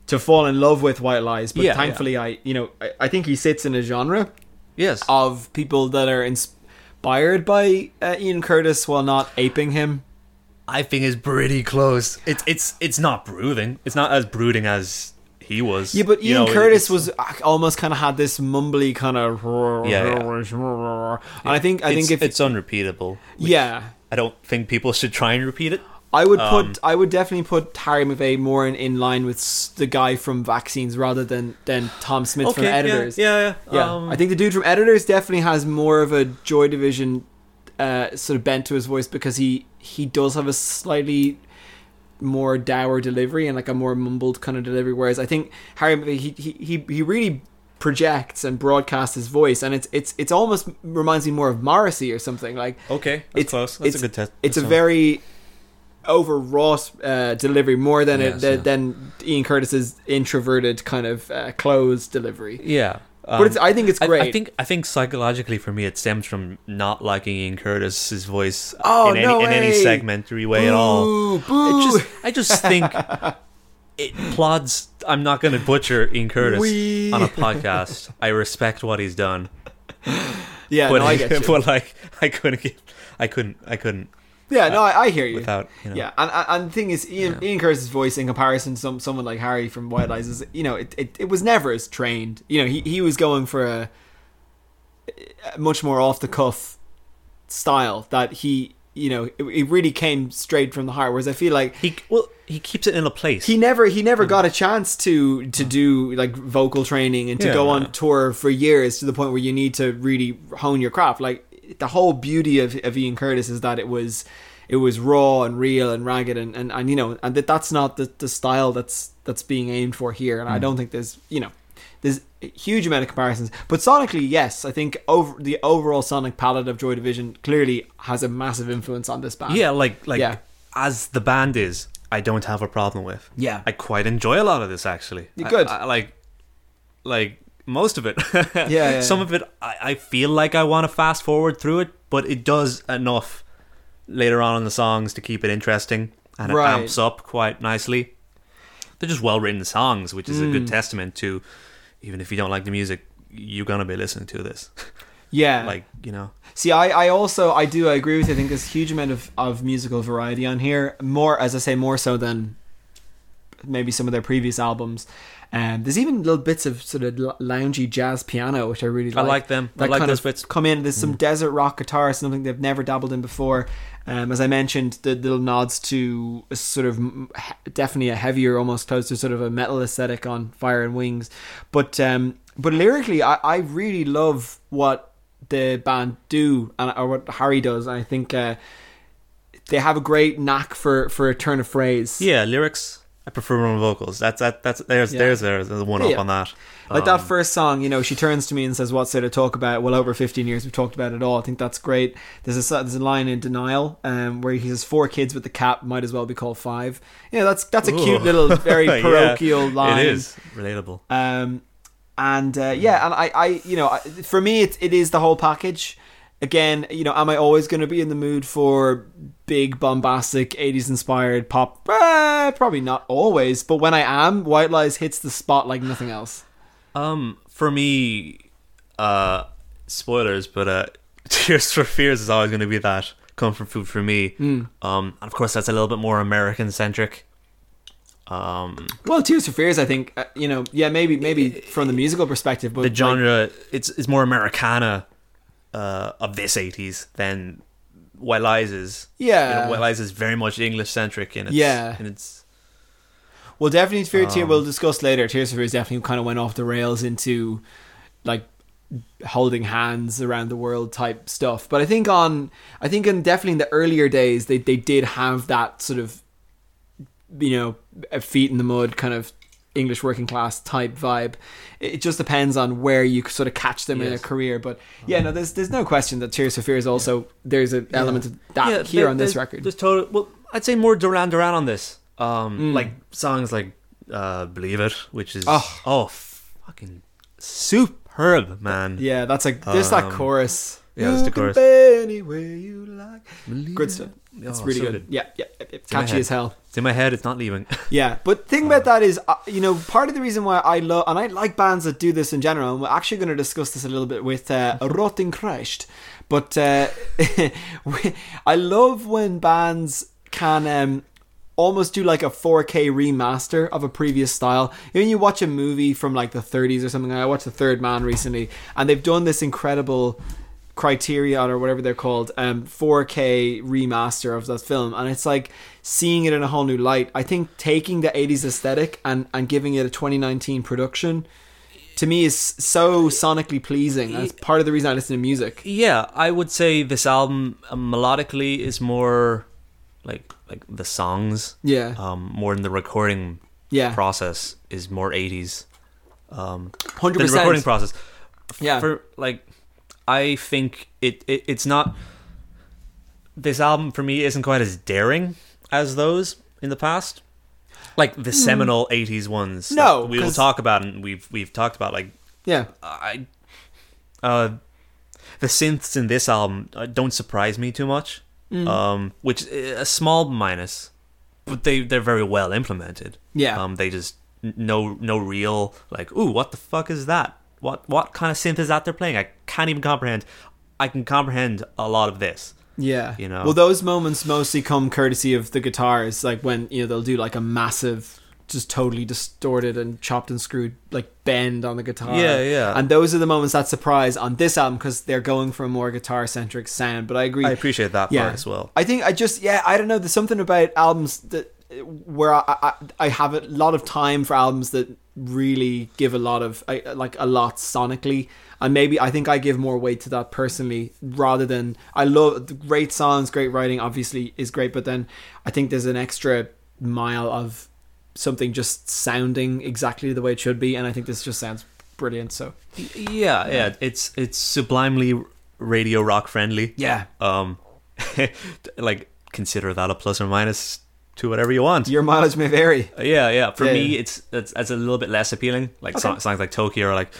S4: to fall in love with White Lies. But
S5: Yeah, yeah.
S4: thankfully, I you know I, I think he sits in a genre
S5: yes.
S4: of people that are inspired by uh, Ian Curtis while not aping him.
S5: I think is pretty close. It's it's it's not brooding. It's not as brooding as he was.
S4: Yeah, but
S5: You
S4: Ian
S5: know, it-
S4: Curtis
S5: it's-
S4: was ac- almost kind of had this mumbly kind of
S5: Yeah, yeah.
S4: and I think I think
S5: it's,
S4: if
S5: it's unrepeatable.
S4: yeah,
S5: I don't think people should try and repeat it.
S4: I would put
S5: Um,
S4: I would definitely put Harry McVay more in, in line with s- the guy from Vaccines rather than than Tom Smith from Editors.
S5: Yeah, um, yeah.
S4: Yeah. I think the dude from Editors definitely has more of a Joy Division uh, sort of bent to his voice because he he does have a slightly more dour delivery and like a more mumbled kind of delivery. Whereas I think Harry McVay, he he he, he really projects and broadcasts his voice and it's it's it's almost reminds me more of Morrissey or something like
S5: okay, that's close. That's
S4: it's-
S5: a good test.
S4: It's a
S5: that's
S4: very overwrought uh, delivery, more than it,
S5: Yes,
S4: than,
S5: yeah.
S4: than Ian Curtis's introverted kind of uh, closed delivery.
S5: yeah. um,
S4: But it's, I think it's great.
S5: I, think I think psychologically for me it stems from not liking Ian Curtis's voice
S4: Oh,
S5: in, any,
S4: no
S5: in any
S4: way.
S5: segmentary way at all.
S4: Boo, boo.
S5: It just I just think it plods I'm not gonna butcher Ian Curtis
S4: Wee.
S5: on a podcast. I respect what he's done.
S4: yeah,
S5: But,
S4: no, I get you.
S5: but like I couldn't get I couldn't I couldn't
S4: yeah, no, I, I hear you.
S5: without you know
S4: Yeah, and and- and the thing is, Ian, Ian Curtis's voice in comparison to some, someone like Harry from White Lies is, you know, it, it, it was never as trained. You know, he, he was going for a, a much more off the cuff style that he, you know, it, it really came straight from the heart. Whereas I feel like
S5: he well he keeps it in a place.
S4: he never he
S5: Hmm.
S4: never got a chance to to do like vocal training and to
S5: Yeah.
S4: go on tour for years to the point where you need to really hone your craft like the whole beauty of, of ian curtis is that it was it was raw and real and ragged and and, and you know and that that's not the, the style that's that's being aimed for here
S5: Hmm.
S4: and i don't think there's you know there's a huge amount of comparisons but sonically yes i think over the overall sonic palette of joy division clearly has a massive influence on this band
S5: Yeah, like like
S4: Yeah.
S5: as the band is, I don't have a problem with.
S4: Yeah.
S5: I quite enjoy a lot of this actually.
S4: Yeah,
S5: I-
S4: good.
S5: I, like like most of it.
S4: yeah,
S5: Some
S4: yeah.
S5: of it I, I feel like I want to fast forward through it, but it does enough later on in the songs to keep it interesting, and it
S4: Right.
S5: amps up quite nicely. They're just well written songs, which is a
S4: Mm.
S5: good testament to even if you don't like the music, you're gonna be listening to this.
S4: yeah.
S5: like you know,
S4: See, I, I also I do I agree with you. I think there's a huge amount of, of musical variety on here. More as I say, more so than maybe some of their previous albums. Um, there's even little bits of sort of lo- loungy jazz piano, which I really
S5: I
S4: like.
S5: like them. I
S4: That
S5: like
S4: kind
S5: those
S4: of
S5: bits.
S4: come in. There's some desert rock guitar, something they've never dabbled in before. Um, as I mentioned, the little nods to a sort of m- he- definitely a heavier, almost close to sort of a metal aesthetic on Fire and Wings. But um, but lyrically, I, I really love what the band do and or what Harry does. And I think uh, they have a great knack for for a turn of phrase.
S5: Yeah, lyrics. I prefer my vocals. That's that. That's there's
S4: Yeah.
S5: there's there's the one up
S4: Yeah.
S5: on that.
S4: Like that
S5: Um,
S4: first song, you know, she turns to me and says, "What's there to talk about?" Well, over fifteen years, we've talked about it all. I think that's great. There's a s- there's a line in Denial um, where he says, four kids with the cap might as well be called five." Yeah, that's that's a cute
S5: Ooh.
S4: little, very
S5: Yeah,
S4: parochial line.
S5: It is relatable.
S4: Um, and uh, yeah, and I, I, you know, I- for me, it, it is the whole package. Again, you know, am I always going to be in the mood for big, bombastic, 80s inspired pop? Eh, probably not always, but when I am, White Lies hits the spot like nothing else.
S5: Um, for me, uh, spoilers, but uh, Tears for Fears is always going to be that comfort food for me.
S4: Hmm.
S5: Um, and of course, that's a little bit more American centric. Um,
S4: Well, Tears for Fears, I think, uh, you know, yeah, maybe maybe from the musical perspective, but
S5: Eh, the
S4: like,
S5: genre it's it's more Americana uh, of this eighties than White Lies is.
S4: Yeah.
S5: you know, White Lies is very much English centric in its
S4: Yeah.
S5: in its
S4: well, definitely Fear
S5: Um,
S4: Tear. We'll discuss later. Tears for Fears definitely kind of went off the rails into like holding hands around the world type stuff. But I think on, I think in definitely in the earlier days, they they did have that sort of, you know, a feet in the mud kind of. English working class type vibe. It it just depends on where you sort of catch them in their
S5: Yes. Um,
S4: career, but yeah, no, there's there's no question that Tears for Fears also there's an element of
S5: Ah,
S4: that here
S5: there-
S4: on this
S5: there's-
S4: record.
S5: There's total. Well, I'd say more Duran Duran on this. Um, like songs like uh, "Believe It," which is
S4: Oh.
S5: oh, fucking superb, man.
S4: Yeah, that's like there's that
S5: Um,
S4: chorus.
S5: yeah, there's the
S4: You can
S5: chorus.
S4: bend any way you like. Good stuff. It's
S5: Oh,
S4: really
S5: so
S4: good.
S5: good.
S4: Yeah, yeah, yeah, yeah.
S5: in my
S4: catchy
S5: head.
S4: as hell.
S5: It's in my head. It's not leaving.
S4: Yeah, but thing about that is, uh, you know, part of the reason why I love and I like bands that do this in general. And we're actually going to discuss this a little bit with uh, Rotting Christ, but uh, we- I love when bands can. Um, Almost do like a 4K remaster of a previous style. You know, when you watch a movie from like the 30s or something. I watched The Third Man recently, and they've done this incredible Criterion or whatever they're called, um, 4K remaster of that film, and it's like seeing it in a whole new light. I think taking the 80s aesthetic and and giving it a 2019 production to me is so sonically pleasing. That's part of the reason I listen to music.
S5: yeah, I would say this album uh, melodically is more like like the songs.
S4: Yeah.
S5: Um, more than the recording
S4: Yeah.
S5: process is more eighties. Um,
S4: Hundred
S5: the recording
S4: percent.
S5: process.
S4: Yeah.
S5: for like I think it, it it's not this album for me isn't quite as daring as those in the past. Like the seminal '80s ones. that
S4: Hmm. No,
S5: we will
S4: 'cause-
S5: talk about, and we've we've talked about like
S4: yeah.
S5: I, uh, the synths in this album uh, don't surprise me too much. Um, which uh, a small minus, but they they're very well implemented.
S4: Yeah.
S5: Um, they just n- no no real like ooh what the fuck is that? What what kind of synth is that they're playing? I can't even comprehend. I can comprehend a lot of this.
S4: Yeah.
S5: You know?
S4: Well, those moments mostly come courtesy of the guitars, like when, you know, they'll do like a massive just totally distorted and chopped and screwed like bend on the guitar.
S5: Yeah, yeah.
S4: And those are the moments that surprise on this album cuz they're going for a more guitar centric sound, but I agree.
S5: I appreciate that
S4: yeah.
S5: part as well.
S4: I think I just yeah, I don't know, there's something about albums that where I, I I have a lot of time for albums that really give a lot of I- like a lot sonically and maybe I think I give more weight to that personally rather than I love great songs great writing obviously is great but then I think there's an extra mile of something just sounding exactly the way it should be and I think this just sounds brilliant so
S5: Yeah, yeah. It's it's sublimely radio rock friendly.
S4: Yeah.
S5: Um, like consider that a plus or minus to whatever you want.
S4: your mileage may vary
S5: yeah, yeah. For
S4: Yeah,
S5: me,
S4: yeah.
S5: it's it's that's a little bit less appealing. Like so- songs like Tokyo are like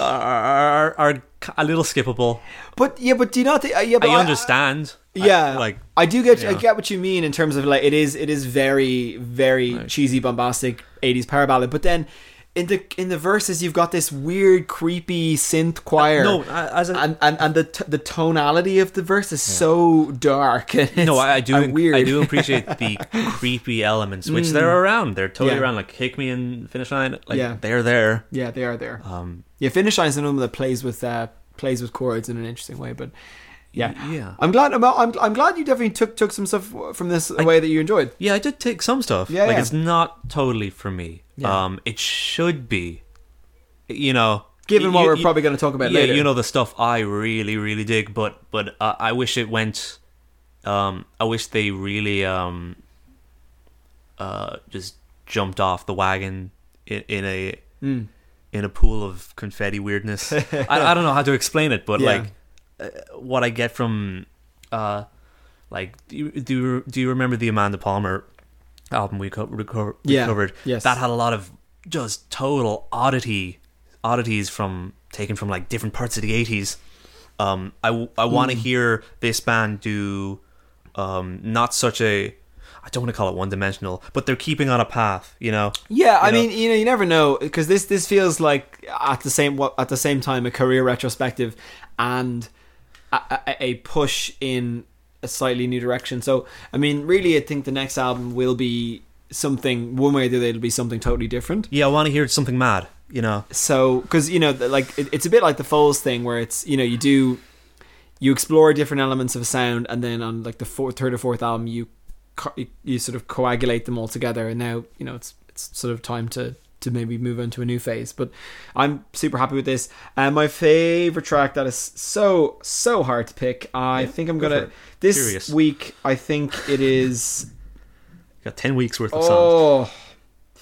S5: are, are, are a little skippable.
S4: But yeah, but do you not think? Uh, yeah, but
S5: I understand. I-
S4: yeah,
S5: like
S4: I do get,
S5: you
S4: I
S5: know.
S4: get what you mean in terms of like it is, it is very, very cheesy, bombastic '80s power ballad. But then in the in the verses, you've got this weird, creepy synth choir.
S5: Uh, no, I- as I-
S4: and and, and the t- the tonality of the verse is so dark.
S5: no, I, I do.
S4: Weird. Mm.
S5: I do appreciate the creepy elements, which they're around. They're totally
S4: Yeah.
S5: around. Like Hick Me and Finish Line. Like
S4: Yeah.
S5: they're there.
S4: Yeah, they are there.
S5: Um,
S4: Yeah, Finnish line is another one that plays with uh, plays with chords in an interesting way, but yeah,
S5: Y- yeah.
S4: I'm glad. I'm, I'm, I'm glad you definitely took took some stuff from this away that you enjoyed.
S5: yeah, I did take some stuff.
S4: Yeah,
S5: like
S4: yeah.
S5: it's not totally for me.
S4: Yeah.
S5: Um, it should be. You know,
S4: Given
S5: you-
S4: what we're
S5: you-
S4: probably going to talk about
S5: yeah,
S4: later,
S5: you know the stuff I really, really dig, but but uh, I wish it went. Um, I wish they really um, uh, just jumped off the wagon in, in a
S4: Hmm.
S5: in a pool of confetti weirdness. I, I don't know how to explain it, but
S4: Yeah.
S5: like uh, what I get from uh, like do you, do you, do you remember the Amanda Palmer album we, co- reco- we
S4: Yeah,
S5: covered?
S4: yes.
S5: that had a lot of just total oddity oddities from taken from like different parts of the eighties. Um, I want
S4: Hmm.
S5: to hear this band do um not such a I don't want to call it one dimensional, but they're keeping on a path, you know.
S4: Yeah, I
S5: You know?
S4: mean, you know, you never know because this this feels like at the same what at the same time a career retrospective and a, a, a push in a slightly new direction. So, I mean, really, I think the next album will be something one way or the other. It'll be something totally different.
S5: Yeah, I want to hear something mad, you know.
S4: so because you know the- like it, it's a bit like the Foles thing where it's you know you do you explore different elements of a sound and then on like the fourth, third or fourth album you co- you- you sort of coagulate them all together and now you know it's it's sort of time to to maybe move on to a new phase but i'm super happy with this and my favorite track that is so so hard to pick i think i'm
S5: go
S4: gonna
S5: for it.
S4: this
S5: Curious.
S4: week i think it is
S5: Got ten weeks worth of songs.
S4: oh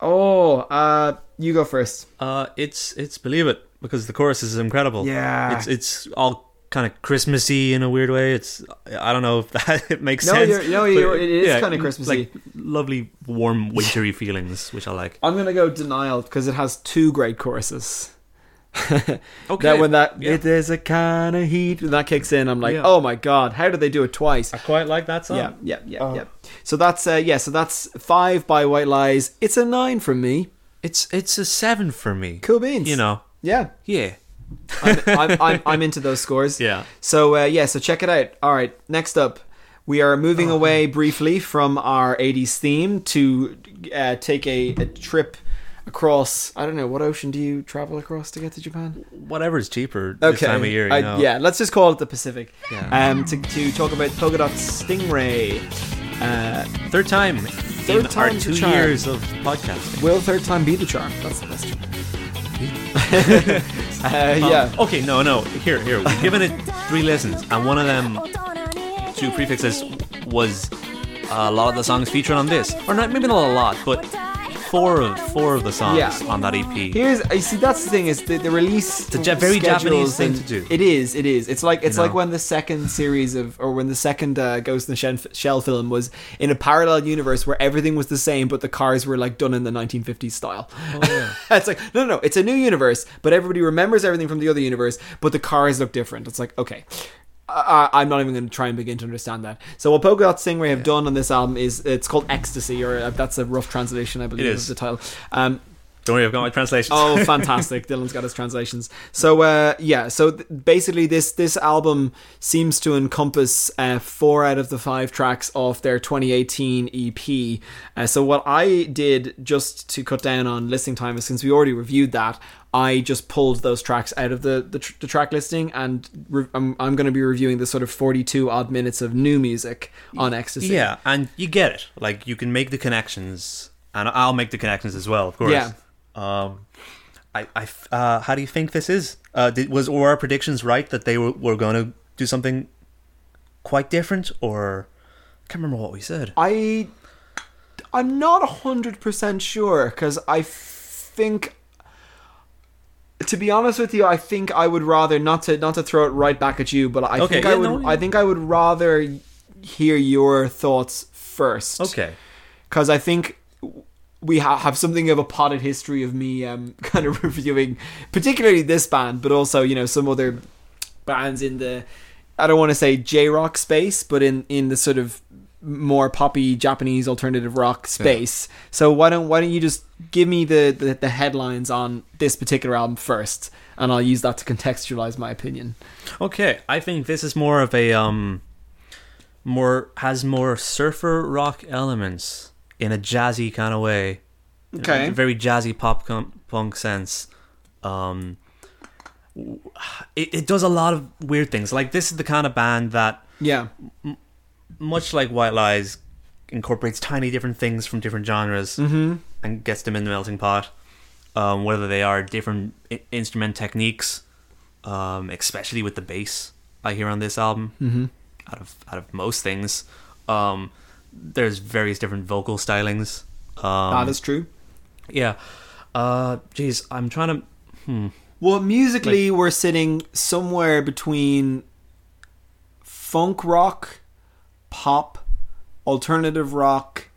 S4: oh uh you go first
S5: Uh, it's it's believe it because the chorus is incredible.
S4: Yeah.
S5: it's it's all kind of Christmassy in a weird way. It's I don't know if that it makes
S4: No,
S5: sense.
S4: you're- no,
S5: but
S4: you're- it is kinda
S5: l-
S4: Christmassy.
S5: Like lovely, warm, wintry feelings, which I like.
S4: I'm gonna go denial because it has two great choruses.
S5: Okay,
S4: That when that
S5: yeah.
S4: it is a kind of heat when that kicks in, I'm like,
S5: Yeah.
S4: oh my god, how did they do it twice?
S5: I quite like that song.
S4: Yeah, yeah, yeah,
S5: Uh-huh.
S4: yeah. So that's uh, yeah, so that's five by White Lies. It's a nine from me.
S5: It's it's a seven for me.
S4: Cool beans.
S5: You know,
S4: Yeah,
S5: yeah.
S4: I'm, I'm, I'm, I'm into those scores.
S5: Yeah.
S4: So uh, yeah, so check it out. All right, next up, we are moving away briefly from our '80s theme to uh, take a, a trip across. I don't know what ocean do you travel across to get to Japan?
S5: Whatever's cheaper this time of year, you
S4: I-
S5: know.
S4: yeah, let's just call it the Pacific.
S5: Yeah.
S4: Um, to, to talk about Polka Dot Stingray. Uh,
S5: Third time in our
S4: time's a
S5: two
S4: charm.
S5: years of podcasting.
S4: will third time be the charm? That's the question. uh, yeah.
S5: Okay, no, no. Here, here. We've given it three listens, and one of them, two prefixes, was uh, a lot of the songs featured on this, or not maybe not a lot, but four of four of the songs
S4: Yeah.
S5: on that E EP.
S4: Here's I see that's the thing is the, the release
S5: a ja- very Japanese
S4: schedules
S5: thing
S4: and-
S5: to do.
S4: It is, it is. It's like it's
S5: You
S4: like
S5: know?
S4: when the second series of or when the second uh, Ghost in the Shen- Shell film was in a parallel universe where everything was the same but the cars were like done in the 1950s style.
S5: Oh,
S4: it's like no, no, no, it's a new universe, but everybody remembers everything from the other universe, but the cars look different. It's like okay. I, I- I'm not even going to try and begin to understand that. So what Polka Dot Stingray have done on this album is it's called Ecstasy, or uh, that's a rough translation, I believe,
S5: is.
S4: of the title. Um,
S5: Don't worry, I've got my translation.
S4: Oh, fantastic! Dylan's got his translations. So uh, yeah, so th- basically, this this album seems to encompass uh, four out of the five tracks off their 2018 EP. Uh, so what I did just to cut down on listening time is since we already reviewed that. I just pulled those tracks out of the the, tr- the track listing, and re- I'm, I'm going to be reviewing the sort of 42 odd minutes of new music on Ecstasy.
S5: yeah, and you get it. Like you can make the connections, and I'll make the connections as well, of course.
S4: Yeah.
S5: Um, I, I f- uh, how do you think this is? Uh, did, was were our predictions right that they were, were going to do something quite different, or I can't remember what we said.
S4: I I'm not hundred percent sure because I think, to be honest with you, I think I would rather not to not to throw it right back at you, but I
S5: Okay,
S4: think I
S5: yeah,
S4: would
S5: no,
S4: I
S5: you-
S4: think I would rather hear your thoughts first.
S5: Okay.
S4: because I think we ha- have something of a potted history of me um, kind of reviewing, particularly this band, but also you know some other bands in the I don't want to say J rock space, but in in the sort of more poppy Japanese alternative rock space. So why don't why don't you just give me the, the the headlines on this particular album first, and I'll use that to contextualize my opinion.
S5: Okay, I think this is more of a um, more has more surfer rock elements in a jazzy kind of way. In a
S4: Okay.
S5: very jazzy pop com- punk sense. Um, w- it, it does a lot of weird things. Like this is the kind of band that,
S4: Yeah,
S5: much like White Lies, incorporates tiny different things from different genres
S4: Mm-hmm.
S5: and gets them in the melting pot. Um, whether they are different I- instrument techniques, um, especially with the bass, I hear on this album. Mm-hmm. Out of out of most things, um, there's various different vocal stylings. Um,
S4: that is Ah, true.
S5: yeah. Uh, geez, I'm trying to.
S4: Well, musically, we're sitting somewhere between funk rock, pop, alternative rock,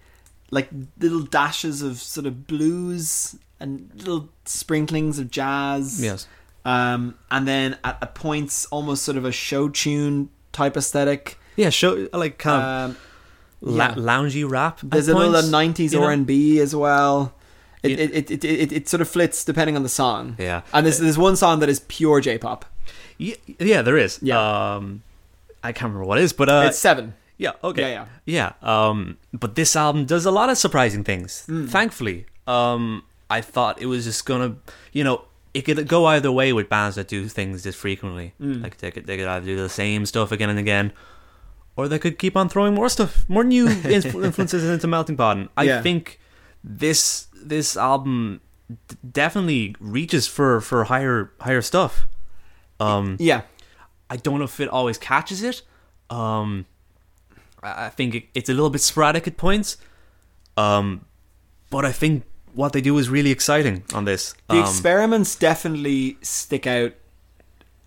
S4: like little dashes of sort of blues and little sprinklings of jazz.
S5: Yes.
S4: Um, and then at, at points, almost sort of a show tune type aesthetic.
S5: Yeah, show like kind of
S4: Um,
S5: la-
S4: yeah.
S5: loungy rap. at
S4: There's a little
S5: Oh. points,
S4: '90s
S5: you know?
S4: R and B as well. It
S5: Yeah.
S4: it, it, it, it it sort of flits depending on the song.
S5: Yeah.
S4: and there's there's one song that is pure J-pop.
S5: Yeah, yeah, there is.
S4: Yeah.
S5: Um, I can't remember what it is, but uh,
S4: it's seven.
S5: yeah, okay,
S4: Yeah,
S5: yeah, yeah. Um, but this album does a lot of surprising things.
S4: Hmm.
S5: Thankfully, um, I thought it was just gonna, you know, it could go either way with bands that do things this frequently.
S4: Hmm.
S5: Like they could, they could either do the same stuff again and again, or they could keep on throwing more stuff, more new influ- influences into melting pot. And I
S4: Yeah.
S5: think this this album d- definitely reaches for for higher higher stuff. Um,
S4: Yeah,
S5: I don't know if it always catches it. Um, I I think it, it's a little bit sporadic at points. Um, but I think what they do is really exciting on this.
S4: the
S5: um,
S4: experiments definitely stick out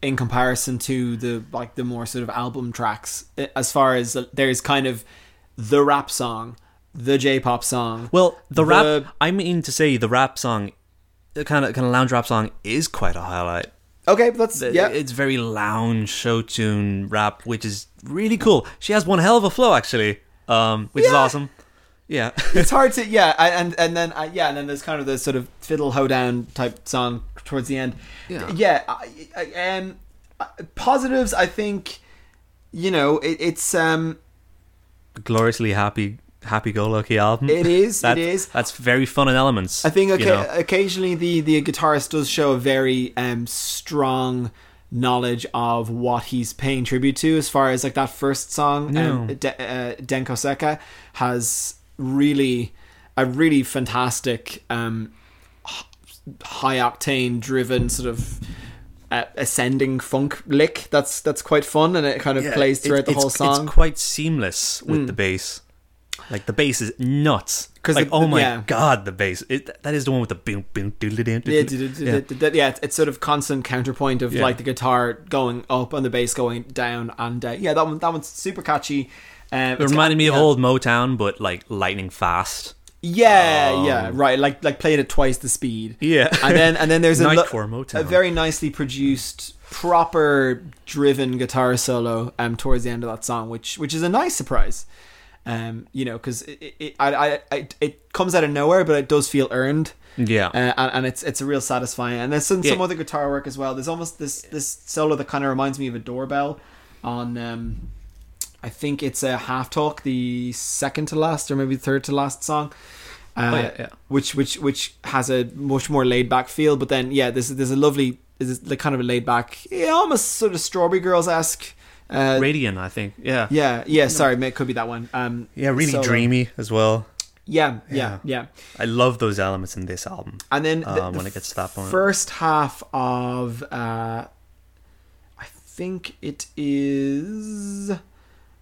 S4: in comparison to the like the more sort of album tracks. eh, As far as uh, there's kind of the rap song, the J-pop song.
S5: well,
S4: the-
S5: the, rap. I mean to say, the rap song, the kind of kind of lounge rap song, is quite a highlight.
S4: okay, that's
S5: The-
S4: yeah.
S5: it's very lounge show tune rap, which is really cool. She has one hell of a flow actually, um, which is
S4: Yeah.
S5: awesome. Yeah,
S4: it's hard to yeah I- and and then uh, yeah and then there's kind of the sort of fiddle hoedown type song towards the end
S5: Yeah.
S4: yeah I, I, um uh, positives i think you know it, it's um
S5: gloriously happy, happy go lucky album.
S4: It is, it
S5: That's-
S4: is.
S5: That's very fun in elements.
S4: I think
S5: you
S4: okay,
S5: know?
S4: occasionally the the guitarist does show a very um, strong knowledge of what he's paying tribute to. As far as like that first song, um,
S5: Yeah.
S4: De- uh, Denko Seka has really a really fantastic um, high octane driven sort of. Uh, ascending funk lick that's that's quite fun and it kind of
S5: Yeah,
S4: uh, plays
S5: it's-
S4: throughout the
S5: it's-
S4: whole song Mm.
S5: It's quite seamless with the bass. Like the bass is nuts.
S4: 'Cause
S5: Because like,
S4: the-
S5: oh my
S4: yeah.
S5: god, the bass. It, that is the one with the boom boom doo doo doo
S4: yeah, d-
S5: doo, doo.
S4: d-
S5: Yeah.
S4: d- d- yeah, it's- it's sort of constant counterpoint of
S5: Yeah.
S4: like the guitar going up and the bass going down, and uh, yeah, that one that one's super catchy. Um,
S5: It reminded me of old Motown, but like lightning fast.
S4: yeah, yeah, right. Like like played at twice the speed.
S5: Um, Yeah.
S4: and then and then there's a,
S5: Nightcore Motown.
S4: a very nicely produced, proper driven guitar solo um towards the end of that song, which which is a nice surprise. Um, you know, because it it, it, I, I, I, it comes out of nowhere, but it does feel earned
S5: Yeah.
S4: uh, and, and it's it's a real satisfying. And there's some, some
S5: Yeah.
S4: other guitar work as well. There's almost this this solo that kind of reminds me of a doorbell on. Um, I think it's a half talk, the second to last or maybe third to last song. Uh,
S5: Oh, yeah, yeah.
S4: Which which which has a much more laid back feel, but then yeah, there's there's a lovely, there's like kind of a laid back, yeah, almost sort of Strawberry Girls esque. Uh,
S5: Radiant, I think. Yeah.
S4: yeah, yeah. Sorry, it could be that one. Um,
S5: Yeah, really
S4: solo.
S5: dreamy as well.
S4: Yeah, yeah, yeah.
S5: I love those elements in this album.
S4: And then the,
S5: Um,
S4: the
S5: when it gets to that point.
S4: first half of uh, I think it is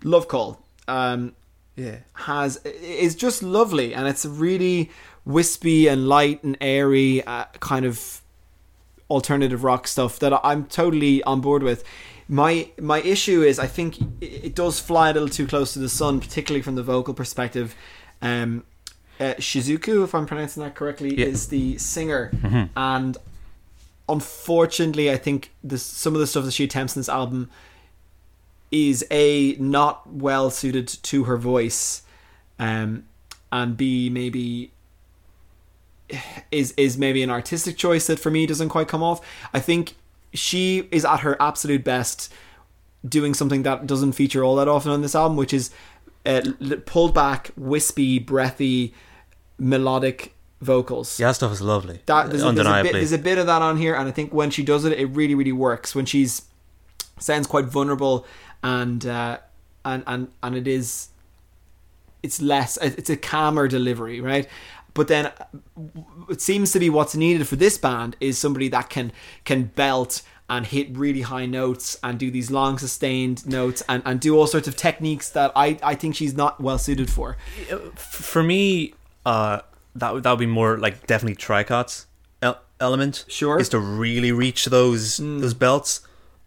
S4: Love Call. Um,
S5: Yeah.
S4: has is just lovely, and it's really wispy and light and airy uh, kind of alternative rock stuff that I'm totally on board with. My my issue is I think it, it does fly a little too close to the sun, particularly from the vocal perspective. Um, uh, Shizuku, if I'm pronouncing that correctly,
S5: Yeah.
S4: is the singer, and unfortunately, I think this, some of the stuff that she attempts in this album is a not well suited to her voice, um, and b maybe is is maybe an artistic choice that for me doesn't quite come off. I think she is at her absolute best doing something that doesn't feature all that often on this album, which is uh, l- pulled back, wispy, breathy, melodic vocals.
S5: Yeah, that stuff is lovely.
S4: That there's, a- there's a bit,
S5: Uh, undeniably.
S4: there's a bit of that on here, and I think when she does it, it really, really works. When she's sounds quite vulnerable, and uh, and and and it is, it's less, uh, it's a calmer delivery, right? But then, uh, it seems to be what's needed for this band is somebody that can can belt and hit really high notes and do these long sustained notes and, and do all sorts of techniques that I, I think she's not well suited for.
S5: For me, uh, that would that would be more like definitely tricots el- element.
S4: Sure. Hmm.
S5: is to really reach those those belts.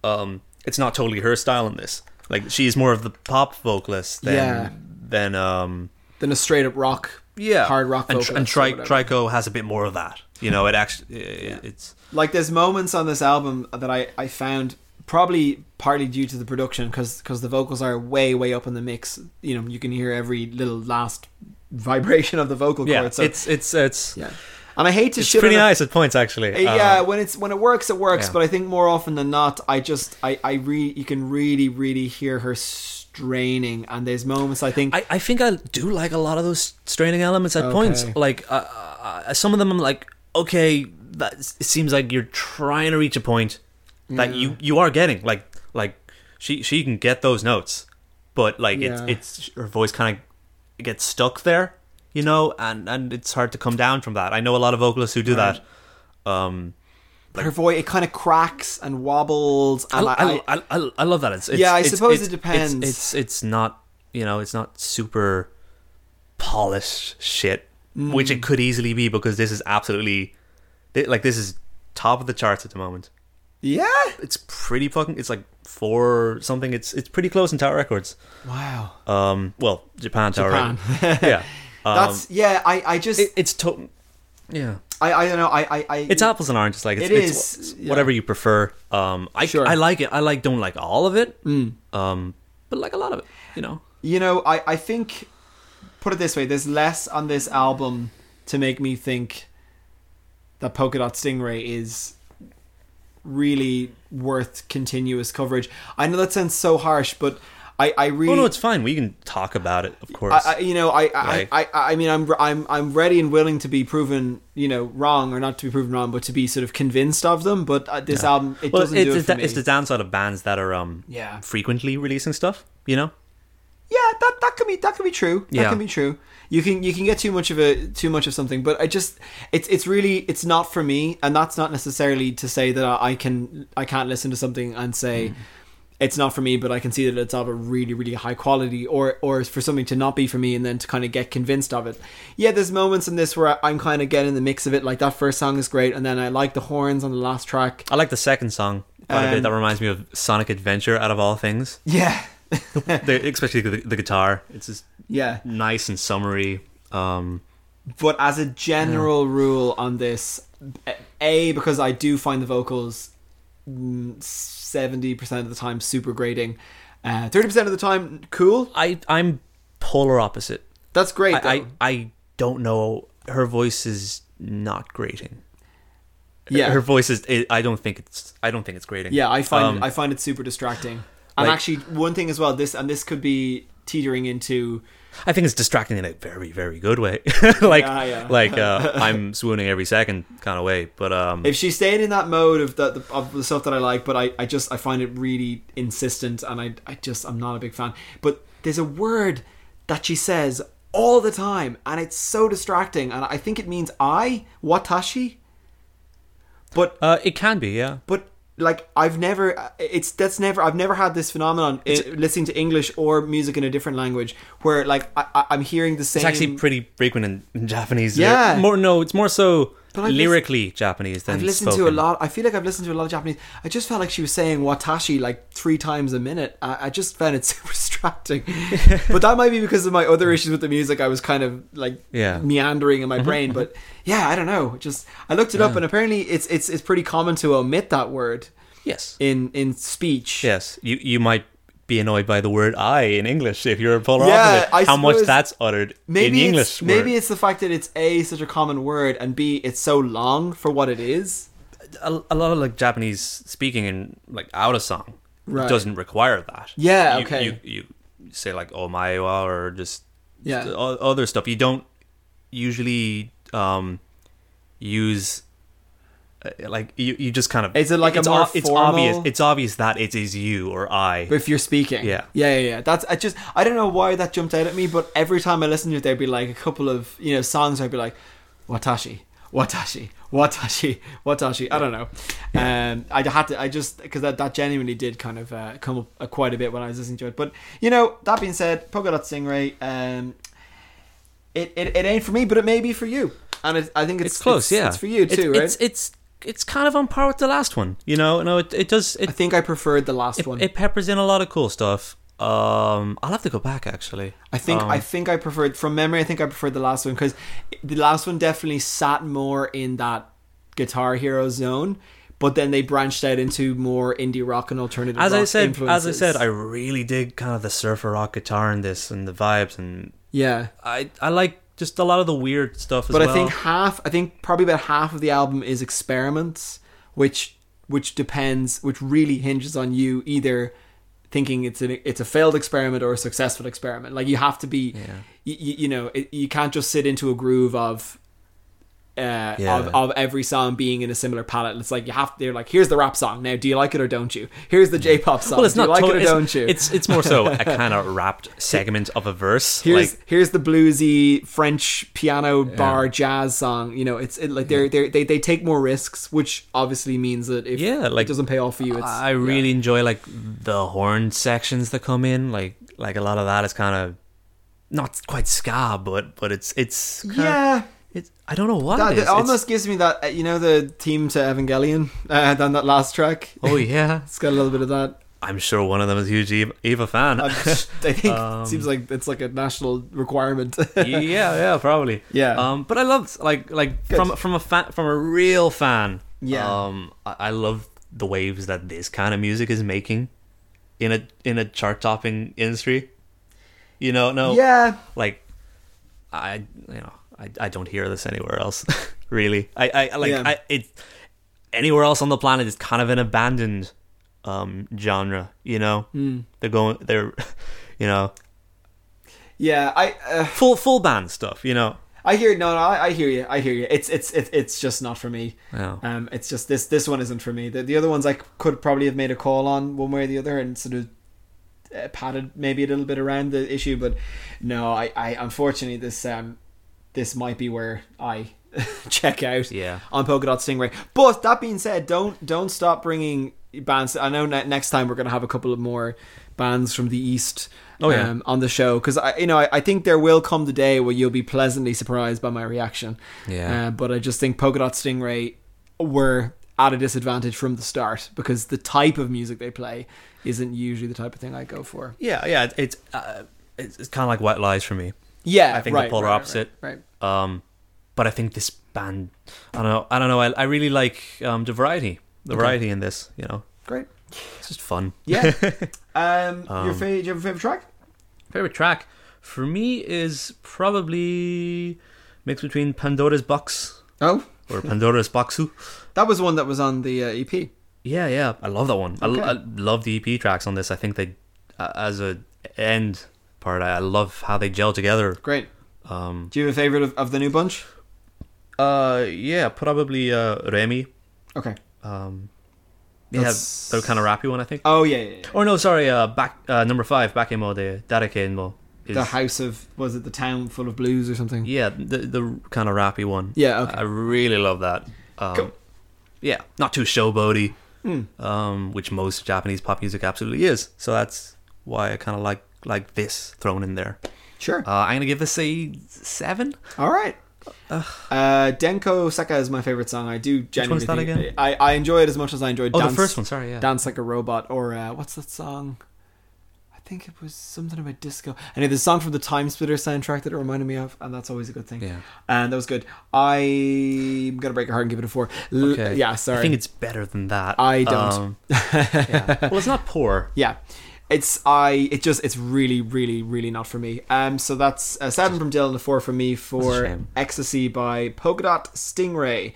S5: Um, it's not totally her style in this. Like she's more of the pop vocalist than
S4: Yeah.
S5: than um
S4: Than a straight up rock,
S5: yeah
S4: hard rock
S5: and,
S4: vocalist
S5: and
S4: or
S5: tri-
S4: whatever.
S5: Trico has a bit more of that. You know, it actually it's
S4: like there's moments on this album that I, I found probably partly due to the production because the vocals are way way up in the mix you know you can hear every little last vibration of the vocal
S5: yeah
S4: chord
S5: it's
S4: so
S5: it's it's it's,
S4: yeah and I hate to shit
S5: pretty
S4: on
S5: nice at points actually.
S4: it, yeah
S5: Uh,
S4: when it's when it works it works
S5: yeah.
S4: but I think more often than not I just I I re you can really really hear her straining and there's moments I think
S5: I, I think I do like a lot of those straining elements at points.
S4: Okay.
S5: Like uh, uh, some of them, I'm like, okay, that s- it seems like you're trying to reach a point that you you are getting. Like like she she can get those notes, but like
S4: Yeah.
S5: it's it's her voice kind of gets stuck there, you know, and and it's hard to come down from that. I know a lot of vocalists who do that. Um,
S4: her voice it kind of cracks and wobbles
S5: I,
S4: and I, I,
S5: I, I, I, I love that. It's, it's
S4: Yeah, I
S5: it's-
S4: suppose
S5: it's-
S4: it depends.
S5: It's, it's it's not you know it's not super polished shit, which
S4: Mm.
S5: it could easily be because this is absolutely thi- like this is top of the charts at the moment.
S4: yeah
S5: It's pretty fucking. It's like four something. It's it's pretty close in Tower Records.
S4: wow
S5: Um, well, Japan Tower.
S4: Japan.
S5: Records. yeah, um,
S4: that's yeah I I just
S5: it, it's to- yeah.
S4: I I don't know I I, I
S5: It's apples and oranges. Like
S4: It
S5: it's, it's
S4: is,
S5: wh-
S4: yeah.
S5: whatever you prefer. Um, I
S4: Sure. Mm.
S5: I like it. I like don't like all of it. Um, but like a lot of it. You know.
S4: you know I, I think put it this way there's less on this album to make me think that polka dot stingray is really worth continuous coverage i know that sounds so harsh but i, I really
S5: Oh no, it's fine. We can talk about it, of course.
S4: I, I, you know, I, I,
S5: Right.
S4: I, I, I mean, I'm, I'm, I'm ready and willing to be proven, you know, wrong or not to be proven wrong, but to be sort of convinced of them. But uh, this album, it
S5: well, it's,
S4: doesn't do it
S5: it's,
S4: for
S5: the-
S4: me.
S5: it's the downside of bands that are um
S4: Yeah.
S5: frequently releasing stuff. You know.
S4: Yeah, that that could be that could be true. That
S5: Yeah.
S4: can be true. You can you can get too much of a too much of something, but I just it's it's really it's not for me, and that's not necessarily to say that I, I can I can't listen to something and say it's not for me, but I can see that it's of a really really high quality, or or for something to not be for me, and then to kind of get convinced of it. Yeah, there's moments in this where I, I'm kind of getting the mix of it. Like that first song is great, and then I like the horns on the last track.
S5: I like the second song quite a
S4: Um,
S5: bit. That reminds me of Sonic Adventure. Out of all things,
S4: Yeah,
S5: The- especially the, the guitar. It's just
S4: yeah.
S5: nice and summery. Um,
S4: but as a general rule on this a because i do find the vocals mm, 70% of the time super grating uh, 30% of the time cool
S5: I I'm polar opposite.
S4: that's great
S5: I,
S4: though.
S5: I I don't know. Her voice is not grating.
S4: yeah
S5: her voice is. It, I don't think it's. I don't think it's grating.
S4: yeah i find
S5: Um,
S4: i find it super distracting and
S5: like-
S4: actually one thing as well this and this could be teetering into
S5: I think it's distracting in a very, very good way. like,
S4: Yeah, yeah.
S5: like uh, I'm swooning every second kind of way. But um,
S4: if she stayed in that mode of the, the of the stuff that I like, but I, I just I find it really insistent, and I I just I'm not a big fan. But there's a word that she says all the time, and it's so distracting, and I think it means I watashi. But
S5: uh, it can be, yeah.
S4: but like I've never it's that's never I've never had this phenomenon i listening to English or music in a different language where like I, I, I'm hearing the same.
S5: It's actually pretty frequent in, in Japanese.
S4: Yeah.
S5: more no, it's more so
S4: But I've
S5: lyrically Japanese than
S4: I've listened
S5: spoken.
S4: to a lot. I feel like I've listened to a lot of Japanese. I just felt like she was saying watashi like three times a minute. I, I just found it super distracting. but that might be because of my other issues with the music. I was kind of like
S5: Yeah. Mm-hmm,
S4: meandering in my brain. But yeah, I don't know. Just I looked it up, and apparently it's it's it's pretty common to omit that word
S5: Yes.
S4: in in speech.
S5: Yes, you you might be annoyed by the word "I" in English if you're a polar
S4: Yeah,
S5: opposite.
S4: I
S5: how much
S4: suppose-
S5: that's uttered
S4: Maybe
S5: in
S4: it's,
S5: English.
S4: maybe it's the fact that it's a such a common word and b it's so long for what it is.
S5: a, a lot of like Japanese speaking in like out of song
S4: Right.
S5: doesn't require that.
S4: Yeah,
S5: You-
S4: okay.
S5: You, you, say like "oh my wa" or just
S4: Yeah.
S5: just o- other stuff. You don't usually um use. uh, Like you, you just kind of
S4: Is it like a
S5: it's
S4: more
S5: it's obvious
S4: formal-
S5: it's obvious that it is you or I
S4: But if you're speaking,
S5: Yeah.
S4: yeah, yeah, yeah. That's I just I don't know why that jumped out at me, but every time I listened to it, there'd be like a couple of you know songs. I'd be like, watashi, watashi, watashi, watashi. I don't know. Um, I had to. I just because that, that genuinely did kind of uh, come up uh, quite a bit when I was listening to it. But you know, that being said, Polka Dot Stingray. Um, it, it, it ain't for me, but it may be for you, and it, I think it's,
S5: it's close,
S4: it's-
S5: yeah.
S4: it's for you
S5: It's-
S4: too, right?
S5: It's it's it's kind of on par with the last one, you know. No, it, it does
S4: I
S5: it,
S4: think I preferred the last
S5: it
S4: one.
S5: it peppers in a lot of cool stuff. Um, I'll have to go back actually.
S4: I think
S5: Um,
S4: I think I preferred from memory. I think I preferred the last one because the last one definitely sat more in that Guitar Hero zone, but then they branched out into more indie rock and alternative.
S5: as I
S4: rock
S5: said,
S4: influences.
S5: as I said, I really dig kind of the surfer rock guitar in this and the vibes, and
S4: yeah.
S5: I I like just a lot of the weird stuff as
S4: But
S5: well.
S4: I think half, I think probably about half of the album is experiments, which which depends, which really hinges on you either thinking it's an it's a failed experiment or a successful experiment. Like you have to be, you, you know, it, you can't just sit into a groove of. Uh,
S5: Yeah.
S4: of, of every song being in a similar palette, it's like you have. They're like, here's the rap song. Now, do you like it or don't you? Here's the J-pop song.
S5: well, it's
S4: do you
S5: not
S4: like
S5: tot-
S4: it or
S5: it's,
S4: don't you?
S5: It's it's more so a kind of wrapped segment of a verse.
S4: here's
S5: like
S4: here's the bluesy French piano bar jazz song. You know, it's it, like they're, they're they they take more risks, which obviously means that if
S5: Yeah,
S4: it
S5: like,
S4: doesn't pay off for you, it's
S5: I really enjoy like the horn sections that come in. Like like a lot of that is kind of not quite ska, but but it's it's
S4: yeah.
S5: kinda,
S4: Yeah.
S5: It's I don't know what
S4: that,
S5: it is.
S4: that almost gives me that uh, you know the theme to Evangelion uh, than that last track.
S5: It's, oh yeah,
S4: It's got a little bit of that.
S5: I'm sure one of them is a huge Eva, Eva fan.
S4: I think it seems like it's like a national requirement.
S5: Um, yeah, yeah, probably.
S4: Yeah.
S5: Um, but I loved like like
S4: Good.
S5: from from a fan from a real fan.
S4: Yeah.
S5: Um, I, I love the waves that this kind of music is making in a in a chart topping industry. You know, no.
S4: yeah,
S5: Like, I you know I, I don't hear this anywhere else. really, I I like
S4: Yeah.
S5: I it anywhere else on the planet is kind of an abandoned um genre. You know,
S4: Hmm.
S5: they're going they're you know
S4: yeah. I. Uh,
S5: full full band stuff. You know.
S4: I hear no, no. I, I hear you. I hear you. It's it's it, it's just not for me.
S5: Yeah.
S4: Um, it's just this this one isn't for me. The, the other ones I could probably have made a call on one way or the other and sort of uh, padded maybe a little bit around the issue, but no, I, I unfortunately this um this might be where I check out.
S5: Yeah.
S4: On Polka Dot Stingray. But that being said, don't don't stop bringing bands. I know ne- next time we're gonna have a couple of more bands from the east.
S5: Oh, yeah.
S4: Um, on the show because I, you know, I, I think there will come the day where you'll be pleasantly surprised by my reaction.
S5: Yeah.
S4: Uh, but I just think Polka Dot Stingray were at a disadvantage from the start because the type of music they play isn't usually the type of thing I go for.
S5: Yeah, yeah, it- it's uh, it's, it's kind of like White Lies for me.
S4: Yeah,
S5: I think
S4: right,
S5: the polar
S4: right, right,
S5: opposite.
S4: Right. right.
S5: Um, but I think this band, I don't know, I don't know. I, I really like um, the variety, the variety in this. You know,
S4: Great.
S5: it's just fun.
S4: Yeah. um, your fa- do you have a favorite track?
S5: Favorite track for me is probably mixed between Pandora's Box
S4: Oh,
S5: or Pandora's Boxu.
S4: that was one that was on the uh, EP.
S5: Yeah, yeah, I love that one. I
S4: Okay.
S5: I, love the EP tracks on this. I think they, uh, as a end part, I I love how they gel together.
S4: Great.
S5: Um,
S4: Do you have a favorite of, of the new bunch?
S5: uh, yeah, probably uh, Remy.
S4: Okay.
S5: Um, yeah,
S4: That's-
S5: they're kind of rappy one, I think.
S4: Oh yeah, yeah, yeah.
S5: or no, sorry, uh, back uh, number five, Bakemo de Darakemo. Is,
S4: The house of was it the town full of blues or something?
S5: yeah, the the kind of rappy one.
S4: Yeah, okay.
S5: I really love that. Um,
S4: Cool. Hmm.
S5: Yeah, not too showboaty, um, which most Japanese pop music absolutely is. So that's why I kind of like like this thrown in there.
S4: Sure.
S5: Uh, I'm gonna give this a seven.
S4: All right. Uh, Denko Saka is my favorite song. I do genuinely.
S5: that
S4: think-
S5: again?
S4: I, I enjoy it as much as I enjoyed.
S5: Oh,
S4: Dance,
S5: the first one. Sorry, yeah.
S4: Dance like a robot, or uh, what's that song? I think it was something about disco. Anyway, the song from the Time Splitter soundtrack that it reminded me of, and that's always a good thing.
S5: Yeah.
S4: and that was good. I'm gonna break your heart and give it a four. L-
S5: Okay.
S4: yeah, sorry.
S5: I think it's better than that. Um,
S4: I don't.
S5: yeah. Well, it's not poor.
S4: yeah it's i it just it's really really really not for me um so that's a seven from dylan a four from me
S5: That's a
S4: for
S5: shame.
S4: ecstasy by polka dot stingray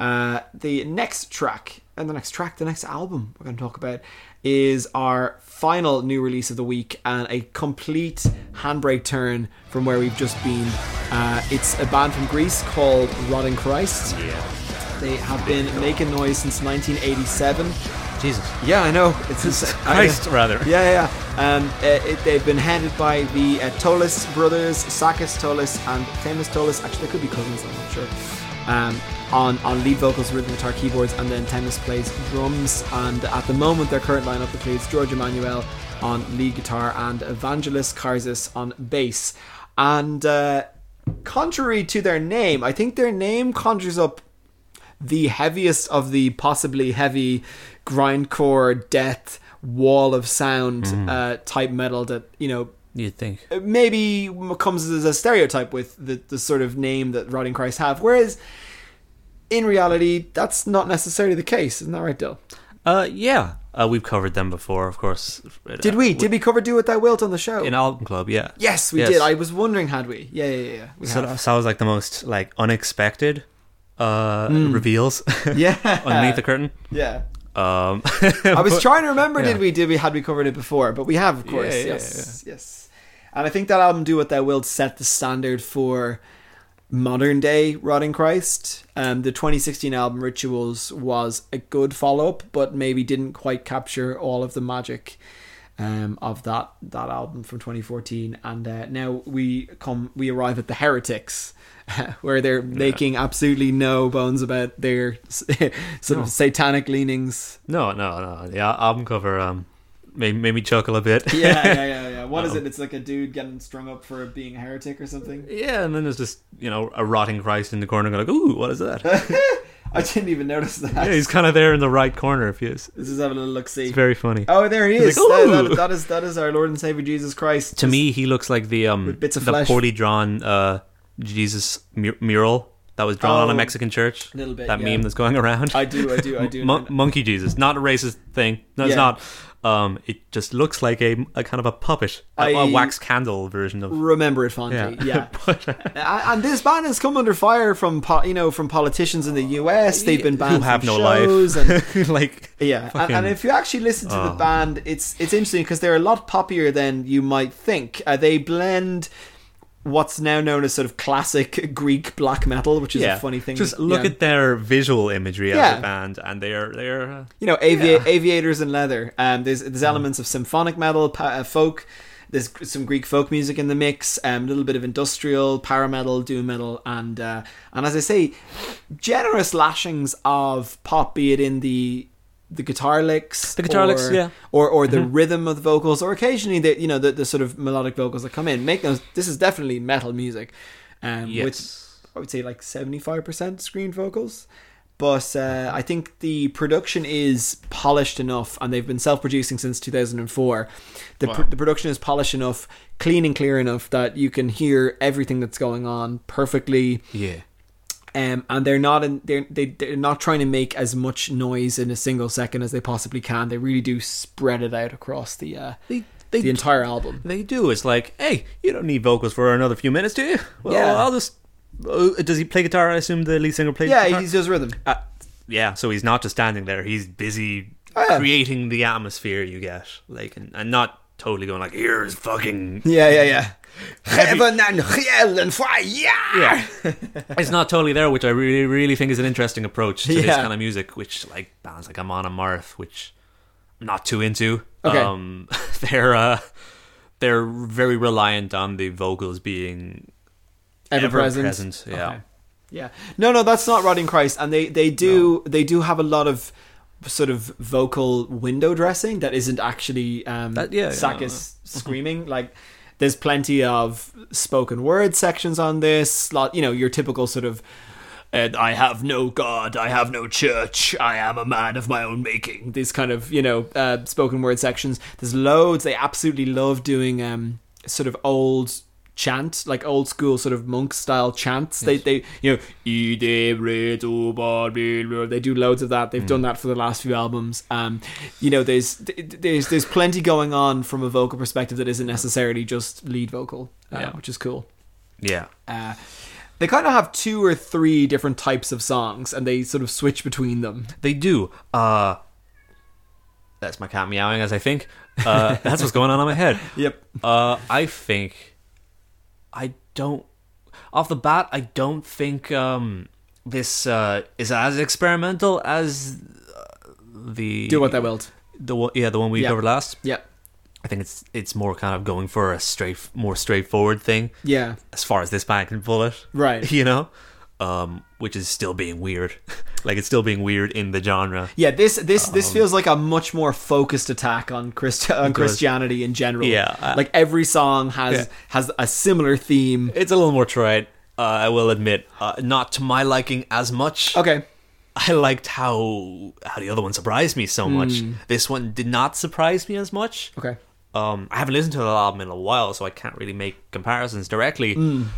S4: uh the next track and the next track the next album we're going to talk about is our final new release of the week and a complete handbrake turn from where we've just been uh, it's a band from greece called rotting christ
S5: Yeah.
S4: they have been making noise since 1987
S5: Jesus.
S4: yeah i know it's just
S5: Christ, rather.
S4: yeah, yeah, yeah. Um, uh, it, they've been handed by the uh, Tolis brothers, Sakis Tolis and Themis Tolis. Actually, they could be cousins. I'm not sure. Um, on on lead vocals, rhythm guitar, keyboards, and then Themis plays drums. And at the moment, their current lineup includes George Emmanuel on lead guitar and Evangelos Karzis on bass. And uh, contrary to their name, I think their name conjures up the heaviest of the possibly heavy grindcore death wall of sound uh, type metal that you know
S5: You'd think.
S4: maybe comes as a stereotype with the, the sort of name that Rotting Christ have whereas in reality that's not necessarily the case isn't that right Dill
S5: Uh, yeah. Uh, we've covered them before, of course.
S4: did we did we cover Do What Thou Wilt on the show
S5: in album club? Yeah.
S4: yes we did I was wondering had we yeah yeah yeah, yeah. We
S5: so
S4: have.
S5: that sounds like the most like unexpected uh reveals
S4: Hmm. yeah
S5: underneath the curtain.
S4: yeah
S5: Um,
S4: I was trying to remember.
S5: yeah.
S4: Did we? Did we? Had we covered it before? But we have, of course.
S5: Yeah, yeah,
S4: yes, yes. And I think that album, "Do What Thou Wilt," set the standard for modern day Rotting Christ. Um, the 2016 album "Rituals" was a good follow up, but maybe didn't quite capture all of the magic um, of that that album from 2014. And uh, now we come, we arrive at the Heretics. Where they're making absolutely no bones about their sort
S5: No.
S4: of satanic leanings.
S5: no, no, no. The al- album cover um made made me chuckle a bit.
S4: yeah, yeah, yeah, yeah. What is it? It's like a dude getting strung up for being a heretic or something.
S5: Yeah, and then there's just you know a rotting Christ in the corner, going like, "Ooh, what is that?" yeah,
S4: I didn't even notice that.
S5: he's kind of there in the right corner. If you, it's
S4: Let's just have a little look see.
S5: very funny.
S4: Oh, there he
S5: He's
S4: is.
S5: like,
S4: That-
S5: "Ooh."
S4: that- that is that is our Lord and Savior Jesus Christ.
S5: to
S4: Just-
S5: me, he looks like the um
S4: With bits of
S5: the
S4: flesh.
S5: poorly drawn uh Jesus mu- mural that was drawn on
S4: Oh,
S5: a Mexican church.
S4: a little bit,
S5: that
S4: yeah.
S5: meme that's going around.
S4: I do, I do, I do.
S5: Mon- monkey Jesus, not a racist thing. No,
S4: Yeah.
S5: it's not. Um, it just looks like a, a kind of a puppet, a, a
S4: I-
S5: wax candle version of.
S4: remember it fondly.
S5: Yeah.
S4: Yeah.
S5: But- uh,
S4: A- and this band has come under fire from po- you know from politicians in the U.S. They've been banned
S5: who have
S4: from
S5: no
S4: shows and
S5: life. like
S4: Yeah, and,
S5: fucking- oh.
S4: and if you actually listen to the band, it's it's interesting because they're a lot poppier than you might think. Uh, they blend what's now known as sort of classic Greek black metal, which is a funny thing.
S5: Just look
S4: yeah.
S5: at their visual imagery as
S4: Yeah.
S5: a band, and they are they are. Uh,
S4: you know avi- aviators and leather. Um, there's there's
S5: Mm.
S4: elements of symphonic metal, pa- uh, folk. There's g- some Greek folk music in the mix, um, a little bit of industrial, parametal, doom metal, and uh, and as I say, generous lashings of pop, be it in the the guitar licks, the
S5: guitar licks, yeah. Mm-hmm.
S4: or or the rhythm of the vocals, or occasionally the you know the, the sort of melodic vocals that come in. Make those. This is definitely metal music, um, with
S5: yes.
S4: I would say like 75% screen vocals. But uh, I think the production is polished enough, and they've been self producing since 2004. The, pr- the production is polished enough, clean and clear enough that you can hear everything that's going on perfectly.
S5: yeah.
S4: Um, and they're not in, they're, they, they're not trying to make as much noise in a single second as they possibly can. They really do spread it out across the uh,
S5: They they
S4: the entire album.
S5: they do. It's like, hey, you don't need vocals for another few minutes, do you? Well,
S4: Yeah.
S5: I'll just. Uh, does he play guitar? I assume the lead singer plays.
S4: Yeah,
S5: guitar?
S4: he's just rhythm.
S5: Uh, yeah, so he's not just standing there. He's busy
S4: Oh, yeah.
S5: creating the atmosphere you get, like, and, and not totally going like, "Here's fucking."
S4: Yeah, yeah, yeah.
S5: Heavy-
S4: Heaven and hell and fire. Yeah.
S5: Yeah, it's not totally there, which I really, really think is an interesting approach to this
S4: Yeah.
S5: kind of music, which like bands like Amon Amarth, which I'm not too into.
S4: Okay.
S5: Um, they're uh, they're very reliant on the vocals being ever present. yeah.
S4: Okay. Yeah. No, no, that's not rotting Christ, and they they do they do have a lot of sort of vocal window dressing that isn't actually um
S5: That- yeah, yeah.
S4: Sakis screaming like There's plenty of spoken word sections on this. Lot, you know, your typical sort of. Uh, I have no God. I have no church. I am a man of my own making. These kind of you know uh, spoken word sections. There's loads. They absolutely love doing um, sort of old chant, like old school sort of monk style chants. They they you know "Ide re do ba bi lo." they do loads of that. They've done that for the last few albums. Um, you know, there's there's there's plenty going on from a vocal perspective that isn't necessarily just lead vocal, uh,
S5: Yeah.
S4: which is cool.
S5: Yeah.
S4: Uh, they kind of have two or three different types of songs, and they sort of switch between them.
S5: They do. Uh, that's my cat meowing as I think. Uh, that's what's going on in my head.
S4: Yep.
S5: Uh, I think I don't off the bat. I don't think um, this uh, is as experimental as uh, the
S4: Do what thou wilt.
S5: the one, yeah the one we
S4: Yeah.
S5: covered last.
S4: Yep.
S5: I think it's it's more kind of going for a straight more straightforward thing
S4: Yeah.
S5: as far as this band can pull it.
S4: Right.
S5: You know? Um, which is still being weird. like it's still being weird in the genre.
S4: Yeah, this this this feels like a much more focused attack on Christ- on
S5: Um, does.
S4: Christianity in general.
S5: Yeah, I-
S4: like every song has
S5: Yeah.
S4: has a similar theme.
S5: It's a little more tried, uh, I will admit. Uh, not to my liking as much.
S4: Okay,
S5: I liked how how the other one surprised me so much. This one did not surprise me as much.
S4: Hmm. okay,
S5: Um, I haven't listened to the album in a while, so I can't really make comparisons directly.
S4: Hmm.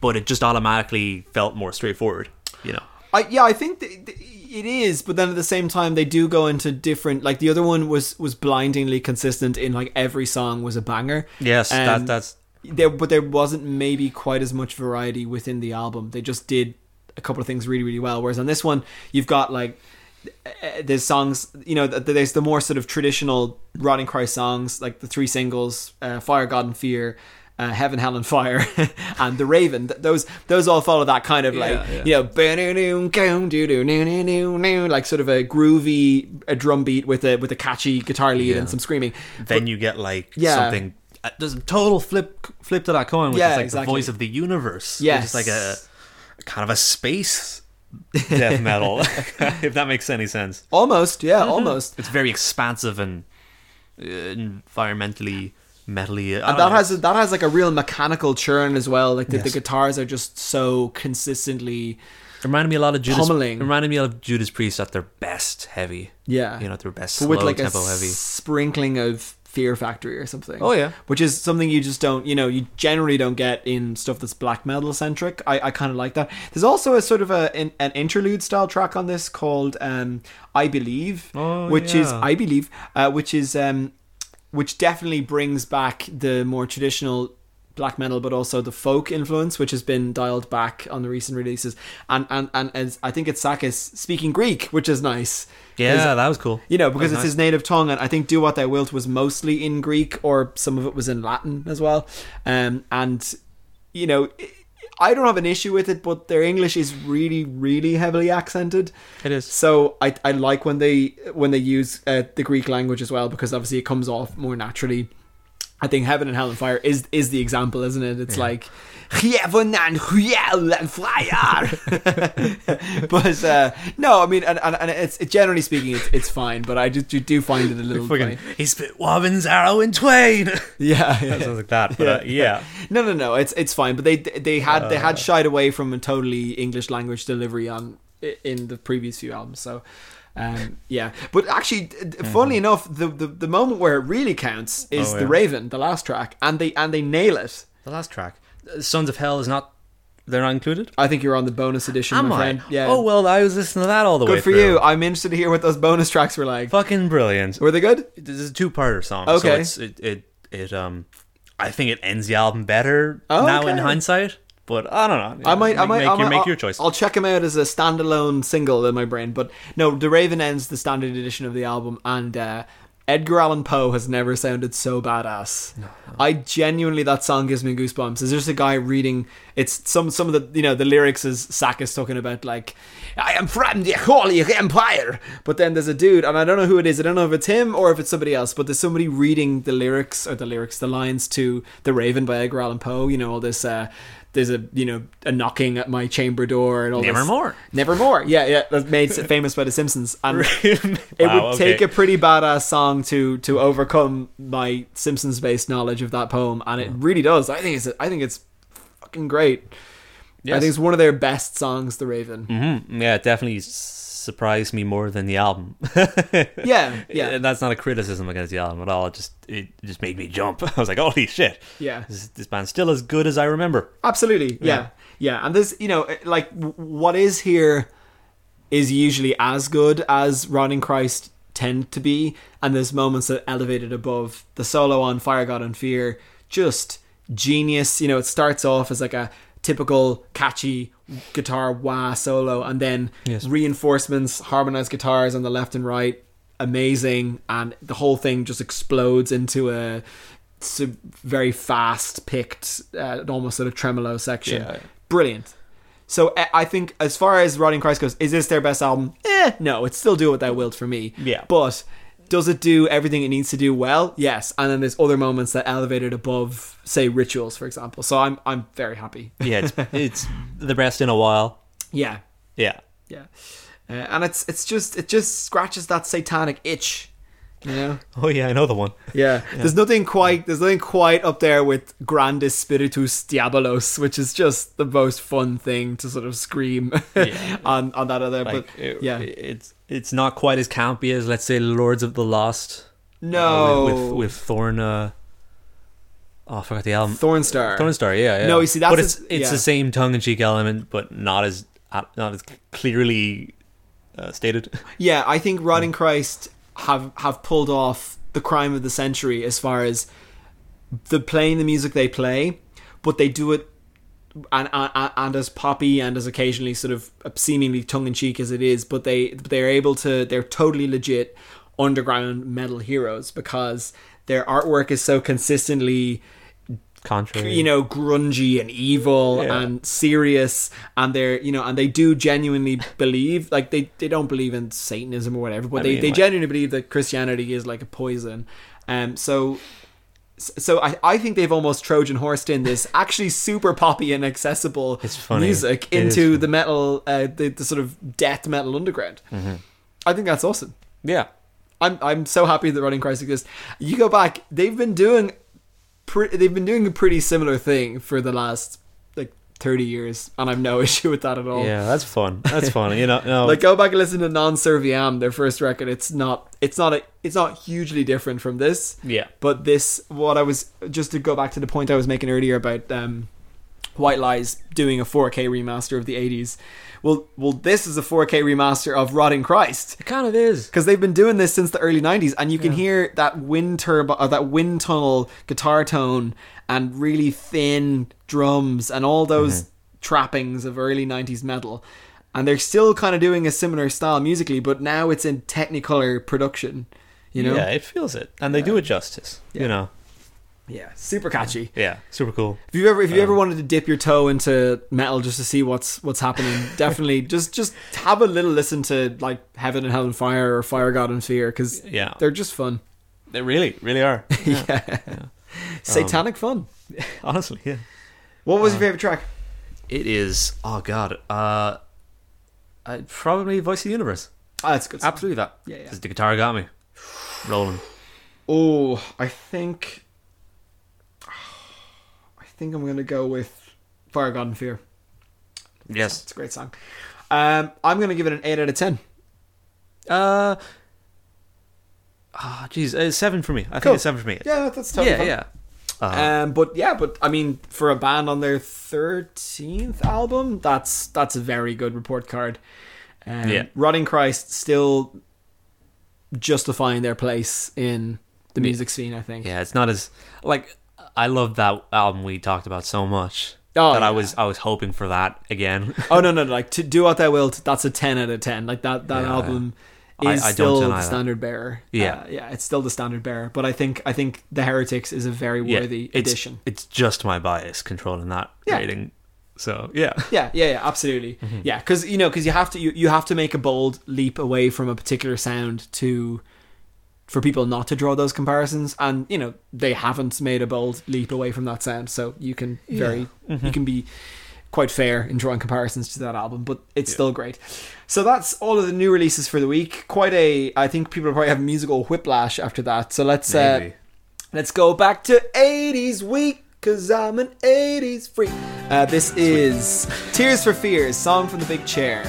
S5: But it just automatically felt more straightforward, you know.
S4: I yeah, I think th- th- it is, but then at the same time they do go into different. Like the other one was was blindingly consistent in like every song was a banger.
S5: Yes, that,
S4: And
S5: that's
S4: there, but there wasn't maybe quite as much variety within the album. They just did a couple of things really really well. Whereas on this one, you've got like uh, there's songs you know th- there's the more sort of traditional rotting cry songs like the three singles uh, fire god and fear uh, heaven hell and fire and the raven Th- those those all follow that kind of like
S5: yeah.
S4: you know "Ba-do-do, go-do-do, no-no-no, no," like sort of a groovy a drum beat with a with a catchy guitar lead
S5: Yeah.
S4: and some screaming
S5: then you get like
S4: Yeah.
S5: something uh, there's a total flip flip to that coin which
S4: Yeah,
S5: is like the
S4: exactly.
S5: voice of the universe
S4: Yes.
S5: which is like a kind of a space death metal if that makes any sense
S4: almost yeah
S5: Mm-hmm.
S4: almost
S5: it's very expansive and uh, environmentally metally I
S4: and
S5: don't
S4: that
S5: know.
S4: has that has like a real mechanical churn as well like the, the
S5: Yes.
S4: guitars are just so consistently
S5: it reminded me a lot of Judas
S4: pummeling.
S5: it reminded me of Judas Priest at their best heavy
S4: Yeah.
S5: you know at their best
S4: but
S5: slow
S4: with like
S5: tempo
S4: a
S5: heavy
S4: sprinkling of Fear Factory or something.
S5: Oh, yeah.
S4: which is something you just don't, you know, you generally don't get in stuff that's black metal centric. I, I kind of like that. There's also a sort of a an, an interlude style track on this called um, "I Believe,"
S5: Oh,
S4: which is
S5: yeah.
S4: I believe, uh, which is um, which definitely brings back the more traditional black metal but also the folk influence which has been dialed back on the recent releases and and and, and i think it's sakis speaking greek which is nice
S5: yeah that was cool
S4: you know, because it's
S5: That's
S4: his native tongue, and I think "Do What Thou Wilt" was mostly in Greek, or some of it was in Latin as well. Um, and you know, I don't have an issue with it, but their English is really, really heavily accented.
S5: It is.
S4: So I, I like when they when they use uh, the Greek language as well, because obviously it comes off more naturally. I think Heaven and Hell and Fire is is the example, isn't it? It's like Heaven and Hell and Fire. but uh, no, I mean, and, and, and it's it, generally speaking, it's, it's fine. But I just you do find it a little
S5: Fucking,
S4: funny.
S5: he spit Wobbin's arrow in twain
S4: Yeah, yeah.
S5: something like that but uh, yeah
S4: No, no, no. It's it's fine. But they they had they
S5: Uh.
S4: had shied away from a totally English language delivery on in the previous few albums. So. Um, yeah, but actually, funnily enough, the, the the moment where it really counts is
S5: Oh,
S4: the
S5: yeah.
S4: Raven, the last track, and they and they nail it.
S5: The last track, uh, Sons of Hell, is not. They're not included.
S4: I think you're on the bonus edition, my friend. Yeah.
S5: Oh well, I was listening to that all the way.
S4: good for
S5: through.
S4: you. I'm interested to hear what those bonus tracks were like.
S5: Fucking brilliant.
S4: Were they good?
S5: This is a two-parter song.
S4: Okay.
S5: So it's, it, it it um, I think it ends the album better
S4: Oh,
S5: now in
S4: okay.
S5: hindsight. But I don't know.
S4: I might, I
S5: Make-
S4: might,
S5: make,
S4: I might
S5: your, make
S4: I'll-
S5: your choice.
S4: I'll check him out as a standalone single in my brain. But no, The Raven ends the standard edition of the album, and uh, Edgar Allan Poe has never sounded so badass. I genuinely, that song gives me goosebumps. Is there's a guy reading? It's some some of the you know the lyrics is Sack is talking about like I am from the Holy Empire, but then there's a dude, and I don't know who it is. I don't know if it's him or if it's somebody else, but there's somebody reading the lyrics or the lyrics, the lines to The Raven by Edgar Allan Poe. You know all this. Uh, there's a you know a knocking at my chamber door and all this.
S5: Nevermore.
S4: Nevermore. Yeah, yeah, that's made famous by The Simpsons. And it
S5: Wow,
S4: would
S5: okay.
S4: take a pretty badass song to to overcome my Simpsons based knowledge of that poem, and it really does. I think it's I think it's fucking great. I
S5: Yes.
S4: think it's one of their best songs, The Raven.
S5: Mm-hmm. Yeah, it definitely s- surprised me more than the album.
S4: Yeah, yeah,
S5: and that's not a criticism against the album at all. It just it just made me jump. I was like, holy shit!
S4: Yeah.
S5: this, this band's still as good as I remember.
S4: absolutely. Yeah, yeah. And there's you know it- like w- what is here is usually as good as Ron and Christ tend to be, and there's moments that elevated above the solo on Fire God and Fear. Just genius. You know, it starts off as like a typical catchy guitar wah solo, and then
S5: Yes.
S4: reinforcements, harmonized guitars on the left and right. Amazing, and the whole thing just explodes into a s- very fast picked, uh, almost sort of tremolo section.
S5: Yeah.
S4: Brilliant. So I- I think as far as Rotting Christ goes, is this their best album? Eh, no, it's still Do What Thou Wilt for me.
S5: Yeah.
S4: But does it do everything it needs to do well? Yes. And then there's other moments that elevate it above, say, Rituals, for example. So I'm I'm very happy.
S5: Yeah, it's, it's the best in a while.
S4: yeah.
S5: Yeah,
S4: Yeah. Uh, and it's it's just it just scratches that satanic itch, you know.
S5: Oh yeah, I know the one.
S4: Yeah. There's nothing quite there's nothing quite up there with Grandis Spiritus Diabolos, which is just the most fun thing to sort of scream on on that other
S5: Like,
S4: but
S5: it-
S4: yeah.
S5: it's it's not quite as campy as let's say Lords of the Lost.
S4: no.
S5: uh, with, with, with Thorn. Uh, oh, I forgot the album.
S4: Thornstar.
S5: Thornstar. Yeah, yeah.
S4: No, you see, that's
S5: but
S4: a-
S5: it's it's
S4: yeah.
S5: the same tongue-in-cheek element, but not as uh, not as clearly uh, stated.
S4: Yeah, I think Rod and Christ have have pulled off the crime of the century as far as the playing the music they play, but they do it and and, and as poppy and as occasionally sort of seemingly tongue in cheek as it is, but they but they're able to they're totally legit underground metal heroes because their artwork is so consistently
S5: Contrary,
S4: you know grungy and evil
S5: Yeah.
S4: and serious and they're you know and they do genuinely believe like they they don't believe in satanism or whatever but
S5: I
S4: they,
S5: mean,
S4: they
S5: like-
S4: genuinely believe that christianity is like a poison um so so I, I think they've almost trojan horsed in this actually super poppy and accessible
S5: It's funny.
S4: music
S5: It is
S4: into
S5: funny.
S4: the metal uh, the, the sort of death metal underground
S5: Mm-hmm.
S4: i think that's awesome
S5: Yeah,
S4: I'm I'm so happy that Running Christ exists. You go back; they've been doing, pre- they've been doing a pretty similar thing for the last like thirty years, and I've no issue with that at all.
S5: yeah. That's fun. That's fun. You know, no,
S4: Oh. Like go back and listen to Non Serviam, their first record. It's not it's not a, it's not hugely different from this.
S5: Yeah.
S4: But this what I was just to go back to the point I was making earlier about um, White Lies doing a 4K remaster of the 80s. Well, well, this is a 4K remaster of Rotting Christ
S5: it kind of is.
S4: because they've been doing this since the early 90s and you can hear that wind turbo or that wind tunnel guitar tone and really thin drums and all those
S5: Mm-hmm.
S4: trappings of early 90s metal and they're still kind of doing a similar style musically but now it's in technicolor production you know
S5: Yeah, it feels it, and they do it justice. You know,
S4: Yeah, super catchy
S5: yeah, Um, super cool.
S4: if you ever if you ever wanted to dip your toe into metal just to see what's what's happening definitely just just have a little listen to like heaven and hell and fire or fire god and fear because
S5: Yeah.
S4: they're just fun
S5: They really, really are.
S4: satanic fun
S5: Honestly, yeah.
S4: What was your favorite track?
S5: It is. Oh God. Uh, I, probably Voice of the Universe.
S4: Oh, that's a good. Absolutely.
S5: Absolutely that.
S4: Yeah, yeah.
S5: 'Cause The guitar got me rolling.
S4: Oh, I think. I think I'm gonna go with Fire God and Fear.
S5: Yes.
S4: It's a great song. Um, I'm gonna give it an eight out of ten.
S5: Uh. Ah, jeez. Uh, seven for me. I
S4: Cool.
S5: think it's seven for me. Uh,
S4: Yeah, that's totally
S5: Yeah.
S4: fine.
S5: Yeah.
S4: Um, but yeah, but I mean, for a band on their thirteenth album, that's that's a very good report card. Um,
S5: Yeah.
S4: Rotting Christ still justifying their place in the music scene. I think.
S5: Yeah. It's not as like I love that album we talked about so much.
S4: Oh,
S5: that I
S4: yeah.
S5: was I was hoping for that again.
S4: oh no, no, no! Like to do what thou wilt. That's a ten out of ten. Like that that
S5: Yeah,
S4: album
S5: yeah. I-
S4: is
S5: I don't
S4: still
S5: deny
S4: the
S5: that.
S4: standard bearer.
S5: Yeah.
S4: Uh, yeah, it's still the standard bearer. But I think I think the Heretics is a very
S5: yeah.
S4: worthy
S5: it's,
S4: addition.
S5: It's just my bias controlling that
S4: Yeah.
S5: rating. So yeah.
S4: Yeah, yeah, yeah, absolutely. Yeah, because you know, because you have to you, you have to make a bold leap away from a particular sound to for people not to draw those comparisons and you know they haven't made a bold leap away from that sound so you can very you can be quite fair in drawing comparisons to that album but it's still great so that's all of the new releases for the week quite a i think people probably have musical whiplash after that so let's uh,
S5: Maybe.
S4: let's go back to 80s week cuz i'm an 80s freak uh, this is tears for fears song from the big chair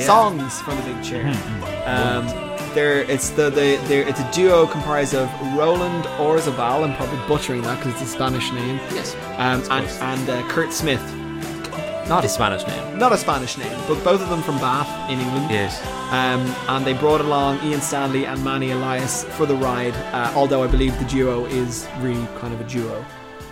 S4: songs from the big chair um, there, it's the, the there, it's a duo comprised of Roland Orzabal, I'm probably butchering that because it's a Spanish name. Yes. Um, and
S5: course.
S4: and uh, Kurt Smith,
S5: Not a Spanish name.
S4: not a Spanish name, but both of them from Bath in England.
S5: Yes.
S4: Um, and they brought along Ian Stanley and Manny Elias for the ride. Uh, although I believe the duo is really kind of a duo.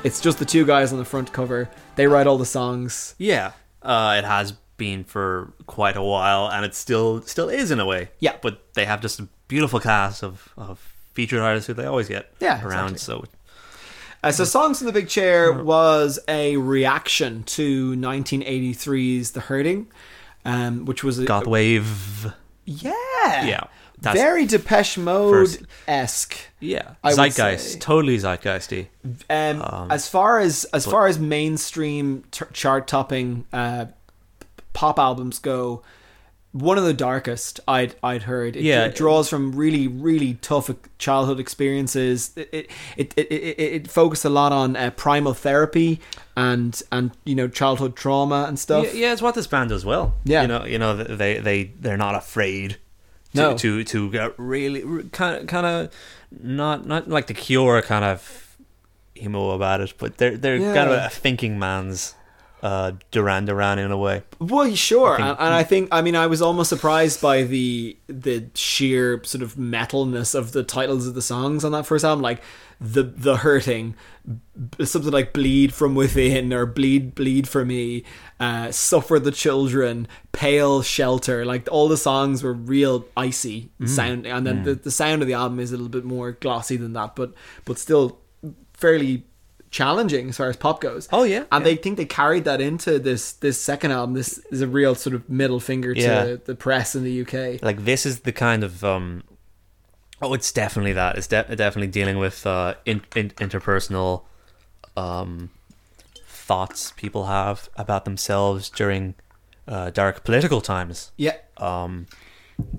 S4: It's just the two guys on the front cover. They write all the songs.
S5: Yeah, uh, it has been for quite a while, and it still still is in a way.
S4: Yeah.
S5: but they have just a beautiful cast of, of featured artists who they always get
S4: Yeah,
S5: around.
S4: exactly.
S5: So
S4: Uh, so, Songs from the Big Chair was a reaction to 1983's The Hurting, um, which was a,
S5: goth wave,
S4: yeah,
S5: Yeah, that's
S4: very Depeche Mode esque.
S5: yeah,
S4: I would say-
S5: zeitgeist, totally zeitgeisty.
S4: Um, as far as as far as mainstream t- chart topping uh, p- pop albums go, one of the darkest I'd I'd heard. It,
S5: Yeah.
S4: it draws from really really tough e-, childhood experiences. It it it, it, it, it focused a lot on uh, primal therapy and and you know childhood trauma and stuff.
S5: Yeah, yeah, it's what this band does well.
S4: Yeah.
S5: you know, you know, th- they they they're not afraid. To,
S4: No.
S5: to to get really kind of, kind of not not like the Cure kind of emo about it, but they're they're kind of
S4: Yeah.
S5: a thinking man's uh, Duran Duran in a way.
S4: Well, sure,
S5: think-
S4: and, and I think I mean I was almost surprised by the the sheer sort of metalness of the titles of the songs on that first album, like the the hurting, b- something like bleed from within or bleed bleed for me, uh, suffer the children, pale shelter. Like all the songs were real icy
S5: Mm.
S4: sounding, and then the, the sound of the album is a little bit more glossy than that, but but still fairly challenging as far as pop goes.
S5: Oh, yeah,
S4: and they think they carried that into this this second album. This is a real sort of middle finger
S5: Yeah.
S4: to the press in the UK.
S5: like this is the kind of um oh it's definitely that it's de- definitely dealing with uh in- in- interpersonal um thoughts people have about themselves during uh dark political times
S4: Yeah,
S5: um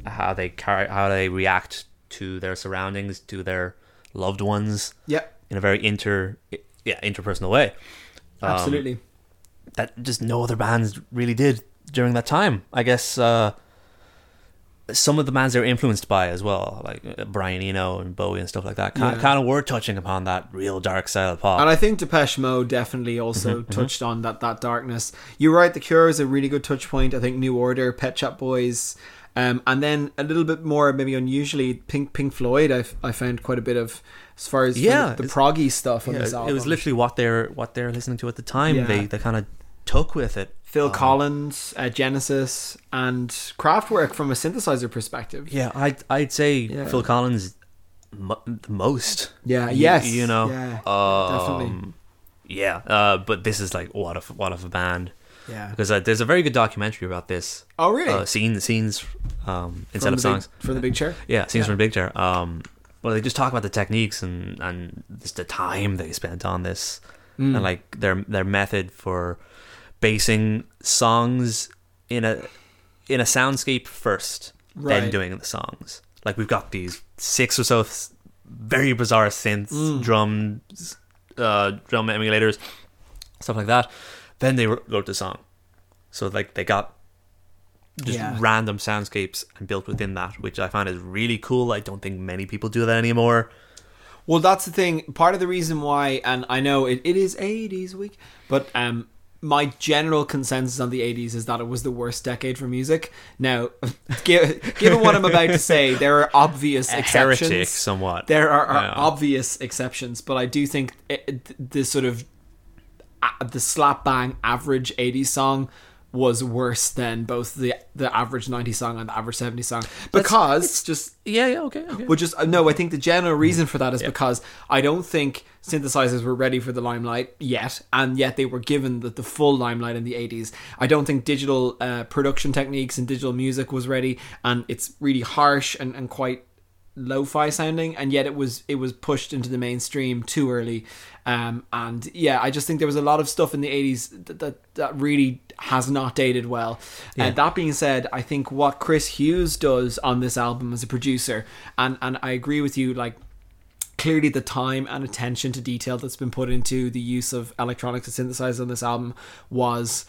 S5: how they car- how they react to their surroundings to their loved ones
S4: yeah,
S5: in a very inter yeah interpersonal way
S4: absolutely.
S5: that just no other bands really did during that time. I guess uh, some of the bands they were influenced by as well, like uh, Brian Eno and Bowie and stuff like that, kind,
S4: Yeah.
S5: kind of were touching upon that real dark side of pop.
S4: And I think Depeche Mode definitely also touched on that that darkness. You're right. The Cure is a really good touch point. I think New Order, Pet Shop Boys, um, and then a little bit more maybe unusually Pink Pink Floyd. I I found quite a bit of as far as
S5: Yeah,
S4: the, the
S5: it's-
S4: proggy stuff on
S5: Yeah,
S4: this
S5: it
S4: album.
S5: was literally what they're what they're listening to at the time.
S4: Yeah.
S5: They they kind of took with it.
S4: Phil
S5: Um,
S4: Collins, uh, Genesis, and Kraftwerk from a synthesizer perspective.
S5: Yeah, I'd I'd say
S4: Yeah.
S5: Phil Collins mo- the most.
S4: Yeah,
S5: You-
S4: yes,
S5: you know,
S4: yeah,
S5: um, yeah. Uh, but this is like what if what if a band.
S4: Yeah.
S5: because uh, there's a very good documentary about this.
S4: Oh, really?
S5: Uh, scene, scenes
S4: From
S5: um, instead
S4: the
S5: of songs.
S4: Big, from the big chair.
S5: Yeah, scenes from the Big Chair. Um, well, they just talk about the techniques and and just the time they spent on this,
S4: Mm. Hmm.
S5: and like their their method for basing songs in a in a soundscape first,
S4: Right.
S5: then doing the songs. Like we've got these six or so s- very bizarre synths,
S4: Mm.
S5: drums, uh, drum emulators, stuff like that. Then they wr- wrote the song, so like they got just
S4: Yeah.
S5: random soundscapes and built within that, which I find is really cool. I don't think many people do that anymore.
S4: Well, that's the thing. Part of the reason why, and I know it, it is 80s week, but um, my general consensus on the 80s is that it was the worst decade for music. Now, gi- given what I'm about to say, there are obvious
S5: A
S4: exceptions.
S5: heretic, somewhat.
S4: There are, are
S5: Yeah.
S4: obvious exceptions, but I do think it, it, this sort of a- the slap bang average 80s song was worse than both the the average 90s song and the average 70s song because just
S5: Yeah, yeah, okay. okay.
S4: but just uh, no, I think the general reason for that is because I don't think synthesizers were ready for the limelight yet, and yet they were given the, the full limelight in the 80s. I don't think digital uh, production techniques and digital music was ready, and it's really harsh and, and quite lo-fi sounding and yet it was it was pushed into the mainstream too early um and yeah i just think there was a lot of stuff in the 80s that that, that really has not dated well and that being said i think what chris hughes does on this album as a producer and and i agree with you like clearly the time and attention to detail that's been put into the use of electronics and synthesizers on this album was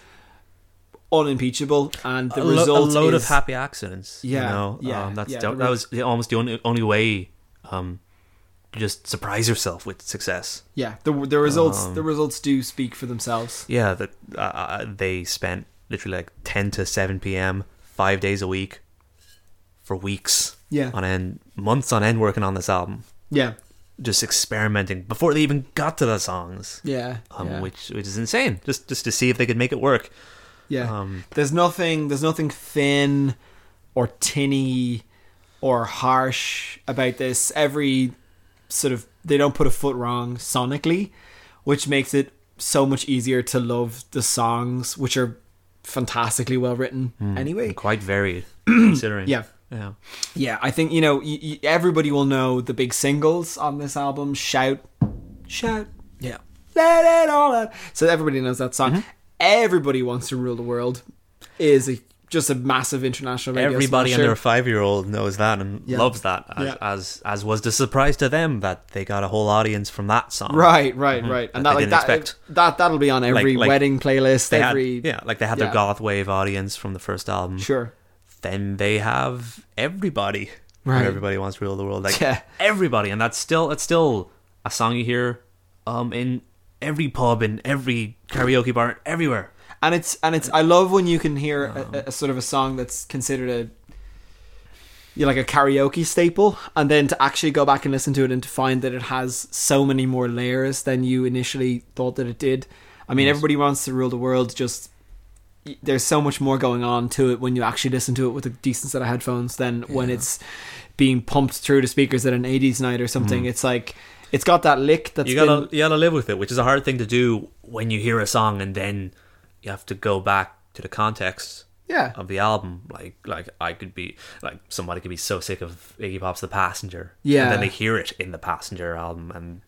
S4: unimpeachable and the
S5: a, lo-
S4: result
S5: a load
S4: is,
S5: of happy accidents. you
S4: Yeah,
S5: know?
S4: yeah,
S5: Um, that's
S4: yeah,
S5: the-
S4: the
S5: that
S4: re-
S5: was the, almost the only only way um, to just surprise yourself with success.
S4: yeah the, the results
S5: Um.
S4: the results do speak for themselves
S5: Yeah, that uh, uh, they spent literally like ten to seven p.m. five days a week for weeks.
S4: Yeah.
S5: on end, months on end, working on this album,
S4: yeah
S5: just experimenting before they even got to the songs.
S4: yeah,
S5: Um,
S4: yeah.
S5: Which which is insane. Just just to see if they could make it work.
S4: Yeah.
S5: Um,
S4: there's nothing there's nothing thin or tinny or harsh about this. Every sort of they don't put a foot wrong sonically, which makes it so much easier to love the songs which are fantastically well written anyway.
S5: and quite varied considering.
S4: Yeah.
S5: Yeah.
S4: Yeah, I think you know y- y- everybody will know the big singles on this album. Shout, shout,
S5: Yeah. Mm-hmm.
S4: let it all out. So everybody knows that song. Everybody wants to rule the world is a, just a massive international. Radio
S5: Everybody
S4: smasher.
S5: under a five year old knows that and
S4: Yeah.
S5: loves that, as,
S4: Yeah.
S5: as as was the surprise to them that they got a whole audience from that song.
S4: right, right, right, and
S5: That
S4: that, like
S5: they Mm-hmm. didn't
S4: that,
S5: expect.
S4: that that'll be on every
S5: like,
S4: wedding playlist.
S5: They had-
S4: every
S5: yeah, like they had
S4: yeah.
S5: their goth wave audience from the first album.
S4: sure,
S5: Then they have everybody.
S4: Right.
S5: Right. Everybody wants to rule the world. Like
S4: Yeah.
S5: everybody, and that's still that's still a song you hear, um, in every pub, in every karaoke bar, everywhere.
S4: and it's and it's. I love when you can hear a,
S5: Um.
S4: a- a sort of a song that's considered a. you know, like a karaoke staple, and then to actually go back and listen to it and to find that it has so many more layers than you initially thought that it did. I mean, everybody wants to rule the world, just y- there's so much more going on to it when you actually listen to it with a decent set of headphones than when it's being pumped through the speakers at an 80s night or something. It's like, it's got that lick that's
S5: Mm-hmm. you gotta
S4: been-
S5: you gotta live with it, which is a hard thing to do when you hear a song and then you have to go back to the context
S4: Yeah.
S5: of the album. Like like I could be like somebody could be so sick of Iggy Pop's The Passenger.
S4: Yeah.
S5: And then they hear it in the Passenger album and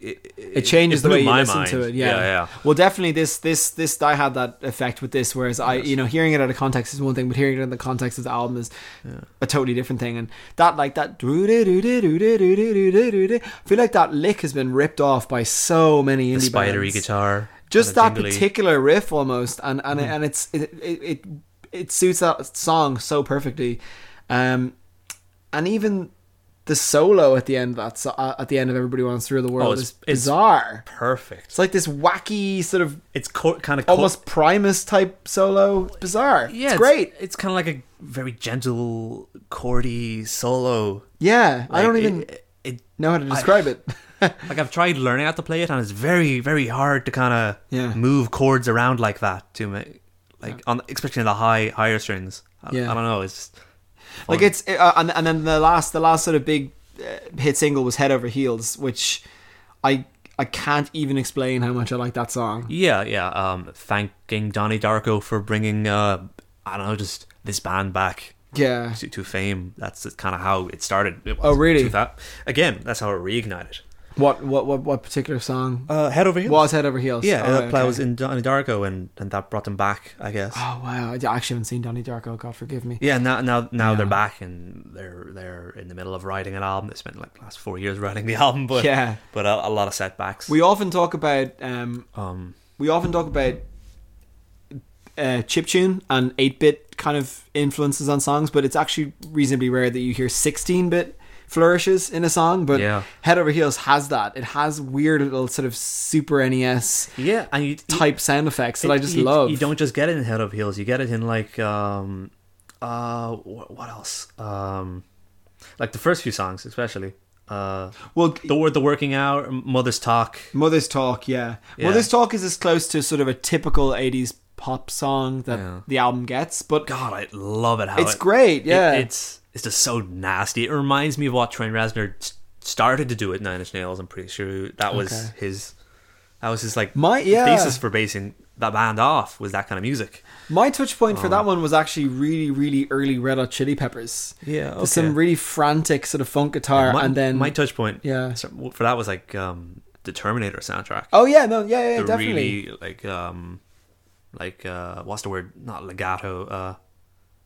S5: it,
S4: it changes
S5: it
S4: the
S5: blew
S4: way you
S5: my
S4: listen
S5: mind.
S4: to it. Yeah.
S5: yeah, yeah.
S4: Well, definitely this this this I had that effect with this. Whereas I, you know, hearing it out of context is one thing, but hearing it in the context of the album is a totally different thing. And that like that I feel like that lick has been ripped off by so many indie
S5: The spidery
S4: bands
S5: guitar,
S4: just
S5: kinda
S4: that
S5: jingly. Mm.
S4: particular riff almost and and, and it's it, it it it suits that song so perfectly um and even the solo at the end of that so- uh, at the end of everybody wants to rule the world
S5: Oh, it's-
S4: is
S5: it's-
S4: bizarre it's,
S5: perfect.
S4: like this wacky sort of
S5: It's co- kind of
S4: almost primus type solo it's bizarre
S5: yeah,
S4: it's great
S5: It's, kind of like a very gentle, chordy solo.
S4: yeah i
S5: Like,
S4: don't even
S5: it- it
S4: know how to describe it
S5: like I've tried learning how to play it, and it's very, very hard to kind of
S4: Yeah.
S5: move chords around like that to me, like on especially in the high higher strings. I,
S4: Yeah.
S5: I don't know. It's just fun.
S4: like it's uh, and and then the last the last sort of big uh, hit single was head over heels which i i can't even explain how much i like that song
S5: yeah, yeah. Um, thanking Donnie Darko for bringing uh, I don't know, just this band back
S4: Yeah.
S5: to, to fame. That's kind of how it started. It
S4: Oh,
S5: was
S4: really?
S5: to that- again, that's how it reignited.
S4: What what what what particular song
S5: Uh, head over heels.
S4: was Head Over Heels?
S5: yeah,
S4: Oh,
S5: that play
S4: okay.
S5: was in Donnie Darko, and and that brought them back, I guess.
S4: Oh wow! I actually haven't seen Donnie Darko. God forgive me.
S5: Yeah, now now now
S4: Yeah.
S5: they're back and they're they're in the middle of writing an album. They spent like the last four years writing the album, but
S4: Yeah.
S5: but a, a lot of setbacks.
S4: We often talk about um,
S5: um
S4: we often talk about uh, chiptune and eight bit kind of influences on songs, but it's actually reasonably rare that you hear sixteen bit flourishes in a song. But
S5: Yeah.
S4: Head Over Heels has that. It has weird little sort of Super NES
S5: yeah, and you,
S4: type sound effects that
S5: you-
S4: I just
S5: you-
S4: love.
S5: You don't just get it in Head of Heels. You get it in like um uh wh- what else um like the first few songs especially uh
S4: well,
S5: the word the working hour mother's talk
S4: Mother's Talk, yeah.
S5: Yeah.
S4: Mother's Talk is as close to sort of a typical 80s pop song that
S5: Yeah.
S4: the album gets, but
S5: God I love it how
S4: it's
S5: it-
S4: great,
S5: it-
S4: yeah.
S5: it's it's just so nasty. It reminds me of what Trent Reznor s- started to do at Nine Inch Nails. I'm pretty sure that was
S4: Okay.
S5: his that was his like
S4: My- yeah.
S5: thesis for basing that band off was that kind of music.
S4: My touch point
S5: Oh.
S4: for that one was actually really, really early Red Hot Chili Peppers.
S5: Yeah,
S4: There's some really frantic sort of funk guitar,
S5: my,
S4: Uh, and then
S5: my touch point,
S4: Yeah.
S5: so- for that was like um, the Terminator soundtrack.
S4: oh yeah, no, yeah, yeah, yeah
S5: the
S4: definitely.
S5: really like um, like uh, what's the word? Not legato. Uh,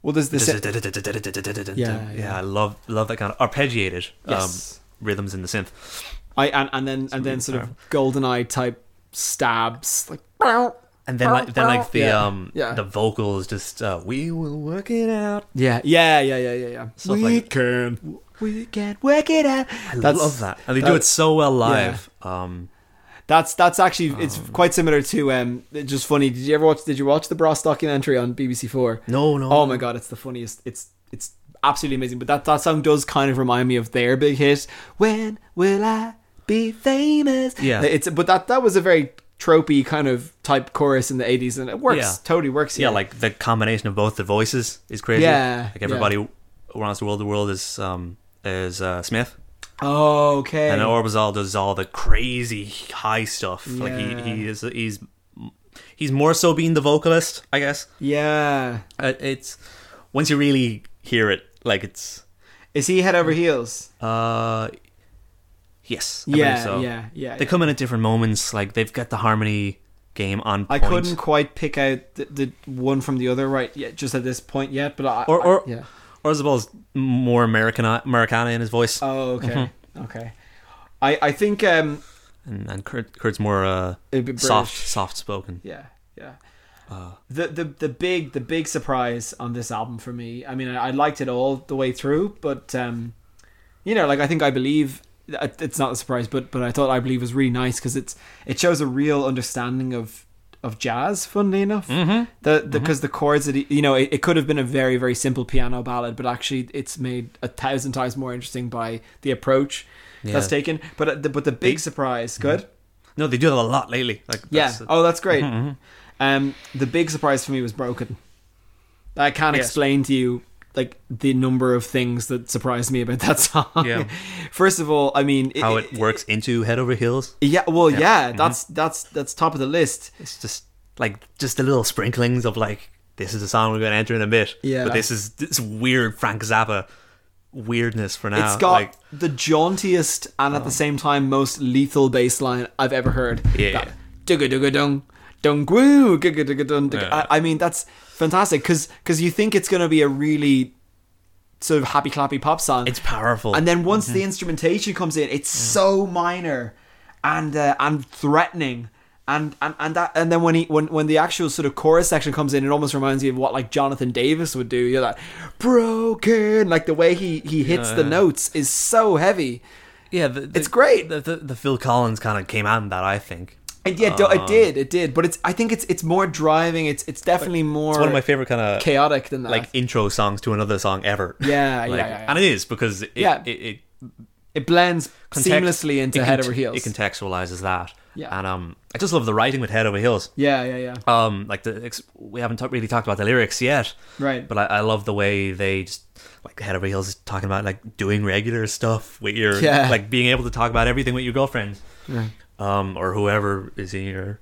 S4: well, there's this. Yeah,
S5: yeah,
S4: yeah.
S5: yeah, I love love that kind of arpeggiated um,
S4: Yes.
S5: rhythms in the synth.
S4: I and, and then and then
S5: really
S4: sort of golden eye type stabs like bow,
S5: and then
S4: bow,
S5: like then like
S4: bow.
S5: the
S4: Yeah,
S5: um
S4: yeah.
S5: the vocals just uh, we will work it out.
S4: yeah yeah yeah yeah yeah yeah
S5: Stuff like-
S4: can we can work it out
S5: I love that, and they do it so well live. Um,
S4: that's that's actually
S5: Oh.
S4: it's quite similar to um it's just funny did you ever watch did you watch the Brass documentary on BBC Four
S5: no, no.
S4: oh my god it's the funniest it's it's absolutely amazing but that that song does kind of remind me of their big hit when will I be famous
S5: Yeah.
S4: it's but that that was a very tropey kind of type chorus in the 80s and it works
S5: Yeah.
S4: totally works
S5: yeah,
S4: here.
S5: like the combination of both the voices is crazy.
S4: Yeah,
S5: like
S4: yeah.
S5: everybody around the world, the world is um is uh, Smith,
S4: Okay.
S5: and Orbazal does all the crazy high stuff. Like
S4: Yeah.
S5: he he is he's he's more so being the vocalist, I guess.
S4: yeah.
S5: Uh, it's once you really hear it, like it's
S4: Is he head over heels?
S5: Uh, yes. I believe
S4: yeah,
S5: so.
S4: yeah, yeah.
S5: They come in at different moments. Like they've got the harmony game on.
S4: I
S5: point.
S4: couldn't quite pick out the, the one from the other right yet, just at this point yet. But I,
S5: Or
S4: I-
S5: or
S4: yeah.
S5: or Isabel's more American Americana in his voice,
S4: Oh, okay,
S5: Mm-hmm.
S4: okay. I I think um
S5: and, and Kurt, Kurt's more uh,
S4: It'd be
S5: soft
S4: British.
S5: soft spoken.
S4: yeah yeah. The, the the big the big surprise on this album for me. I mean, I, I liked it all the way through, but um, you know, like I think I believe it- it's not a surprise, but but I thought I believe was really nice because it's it shows a real understanding of of jazz. Funnily enough, mm-hmm. the because the chords that he, you know it, it could have been a very very simple piano ballad, but actually it's made a thousand times more interesting by the approach that's
S5: Yeah.
S4: taken. But uh, the, but the big Mm-hmm. surprise, good.
S5: No, they do that a lot lately. Like
S4: Yeah.
S5: that's- Mm-hmm.
S4: oh, that's great. Um, the big surprise for me was broken. I can't
S5: Yes.
S4: explain to you like the number of things that surprised me about that song.
S5: Yeah.
S4: First of all, I mean, it-
S5: how it Mm-hmm. works into head over heels.
S4: Yeah. Well, yeah. That's that's that's top of the list.
S5: It's just like just the little sprinklings of like this is the song we're going to enter in a bit.
S4: Yeah.
S5: but this is this weird Frank Zappa weirdness for now.
S4: It's got
S5: like, Oh.
S4: the jauntiest and at the same time most lethal bass line I've ever heard.
S5: Yeah.
S4: That, Dugga dugga dung, dung gwoo, gugga dugga dung. dugga."
S5: Yeah.
S4: I, I mean, that's fantastic because you think it's going to be a really sort of happy clappy pop song.
S5: it's powerful. Mm-hmm.
S4: And then once the instrumentation comes in, it's so minor and uh, and threatening. And, and and that and then when he when, when the actual sort of chorus section comes in, it almost reminds you of what like Jonathan Davis would do. You're like broken, like the way he he hits the notes is so heavy.
S5: Yeah, the, the-
S4: It's great.
S5: The, the, the Phil Collins kind of came out in that, I think.
S4: And yeah, do-
S5: Uh.
S4: it did, it did. But it's I think it's it's more driving. It's it's definitely more
S5: It's one of my favorite kind of
S4: chaotic than that.
S5: like intro songs to another song ever.
S4: Yeah,
S5: Like,
S4: yeah, yeah, yeah.
S5: and it is because it
S4: Yeah.
S5: it, it
S4: it blends
S5: context-
S4: seamlessly into
S5: it
S4: head
S5: cont-
S4: over heels.
S5: It contextualizes that.
S4: Yeah.
S5: and um, I just love the writing with head over heels.
S4: yeah, yeah, yeah.
S5: Um, like the ex- we haven't ta- really talked about the lyrics yet,
S4: Right.
S5: But I, I love the way they just like head over heels is talking about like doing regular stuff with your
S4: Yeah.
S5: like being able to talk about everything with your girlfriend, um, or whoever is in your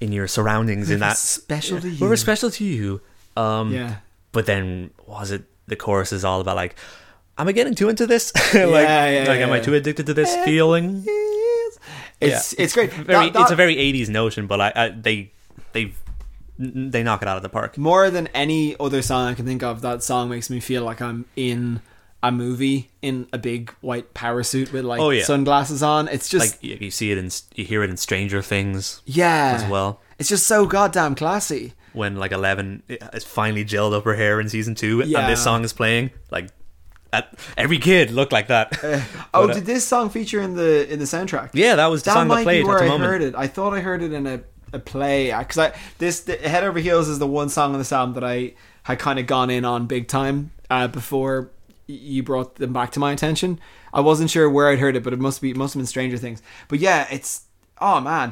S5: in your surroundings in that
S4: special to
S5: Whoever's
S4: you.
S5: special to you. Um,
S4: Yeah.
S5: But then was it the chorus is all about like, am I getting too into this? like,
S4: yeah,
S5: like,
S4: yeah,
S5: am I
S4: yeah.
S5: too addicted to this feeling?
S4: It's it's,
S5: Yeah.
S4: great.
S5: Very,
S4: That- that-
S5: it's a very '80s notion, but I, I they they they knock it out of the park.
S4: more than any other song I can think of, that song makes me feel like I'm in a movie in a big white power suit with like
S5: Oh, yeah.
S4: sunglasses on. It's just
S5: Like you you see it in, you hear it in Stranger Things
S4: yeah,
S5: as well.
S4: It's just so goddamn classy.
S5: When like Eleven is finally gelled up her hair in season two,
S4: Yeah.
S5: and this song is playing, like at, every kid looked like that.
S4: Oh,
S5: But, uh,
S4: did this song feature in the in the soundtrack?
S5: yeah, that was the
S4: that
S5: song
S4: might
S5: that
S4: be
S5: played at
S4: where
S5: the
S4: I
S5: moment.
S4: heard it. I thought I heard it in a, a play because I this the, Head Over Heels is the one song on this album that I had kind of gone in on big time uh, before y- you brought them back to my attention. I wasn't sure where I'd heard it, but it must be must have been Stranger Things. But yeah, it's oh man.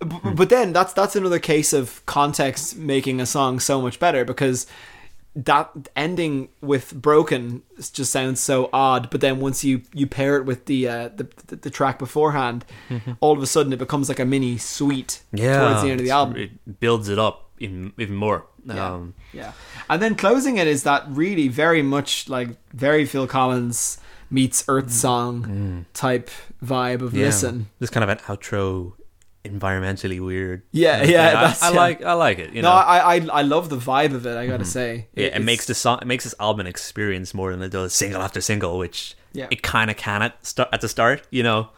S4: B-
S5: Hmm.
S4: But then that's that's another case of context making a song so much better because that ending with broken just sounds so odd but then once you you pair it with the uh the, the, the track beforehand all of a sudden it becomes like a mini suite towards the end of the
S5: Mm-hmm. it's-
S4: album
S5: It builds it up in, even more. Um,
S4: yeah and then closing it is that really very much like very phil collins meets
S5: Mm.
S4: earth song type vibe of
S5: yeah.
S4: listen
S5: This kind of an outro, environmentally weird.
S4: Yeah,
S5: kind of
S4: yeah,
S5: thing. I,
S4: that's-
S5: I
S4: yeah.
S5: like I like it. You
S4: no
S5: know,
S4: I, I i love the vibe of it i
S5: Mm-hmm.
S4: gotta say
S5: yeah, it
S4: It's-
S5: makes the song, it makes this album an experience more than it does single after single, which
S4: Yeah.
S5: it kind of can at start at the start. You know,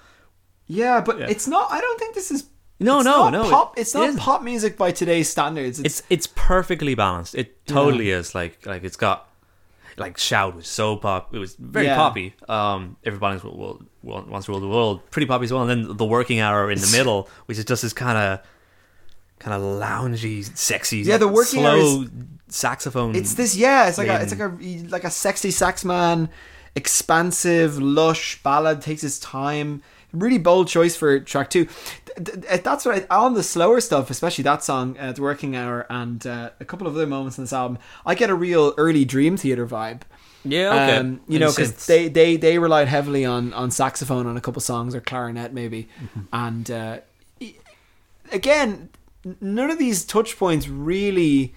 S4: yeah but
S5: Yeah.
S4: it's not i don't think this is
S5: No,
S4: it's
S5: no,
S4: not
S5: no, it-
S4: pop it's
S5: it
S4: not
S5: isn't.
S4: pop music by today's standards
S5: it's it's perfectly balanced. It totally is. Like like it's got like shout was so pop. It was very
S4: Yeah.
S5: poppy. Um, everybody's Wo- Wo- Wo- wants to rule the world. Pretty poppy as well. And then the working hour in the middle, which is just this kind of kind of loungy, sexy.
S4: Yeah, The Working Hour
S5: slow saxophone.
S4: It's this, yeah. It's like a,
S5: Laden.
S4: it's like a, like a sexy sax man, expansive, lush ballad. Takes his time. Really bold choice for track two. Th- th- That's what I, on the slower stuff, especially that song, uh, "The Working Hour," and uh, a couple of other moments in this album. I get a real early Dream Theater vibe.
S5: Yeah, okay.
S4: Um, you
S5: And
S4: know, because
S5: synths.
S4: they, they they relied heavily on on saxophone on a couple songs or clarinet maybe,
S5: Mm-hmm.
S4: and uh, again, n- none of these touch points really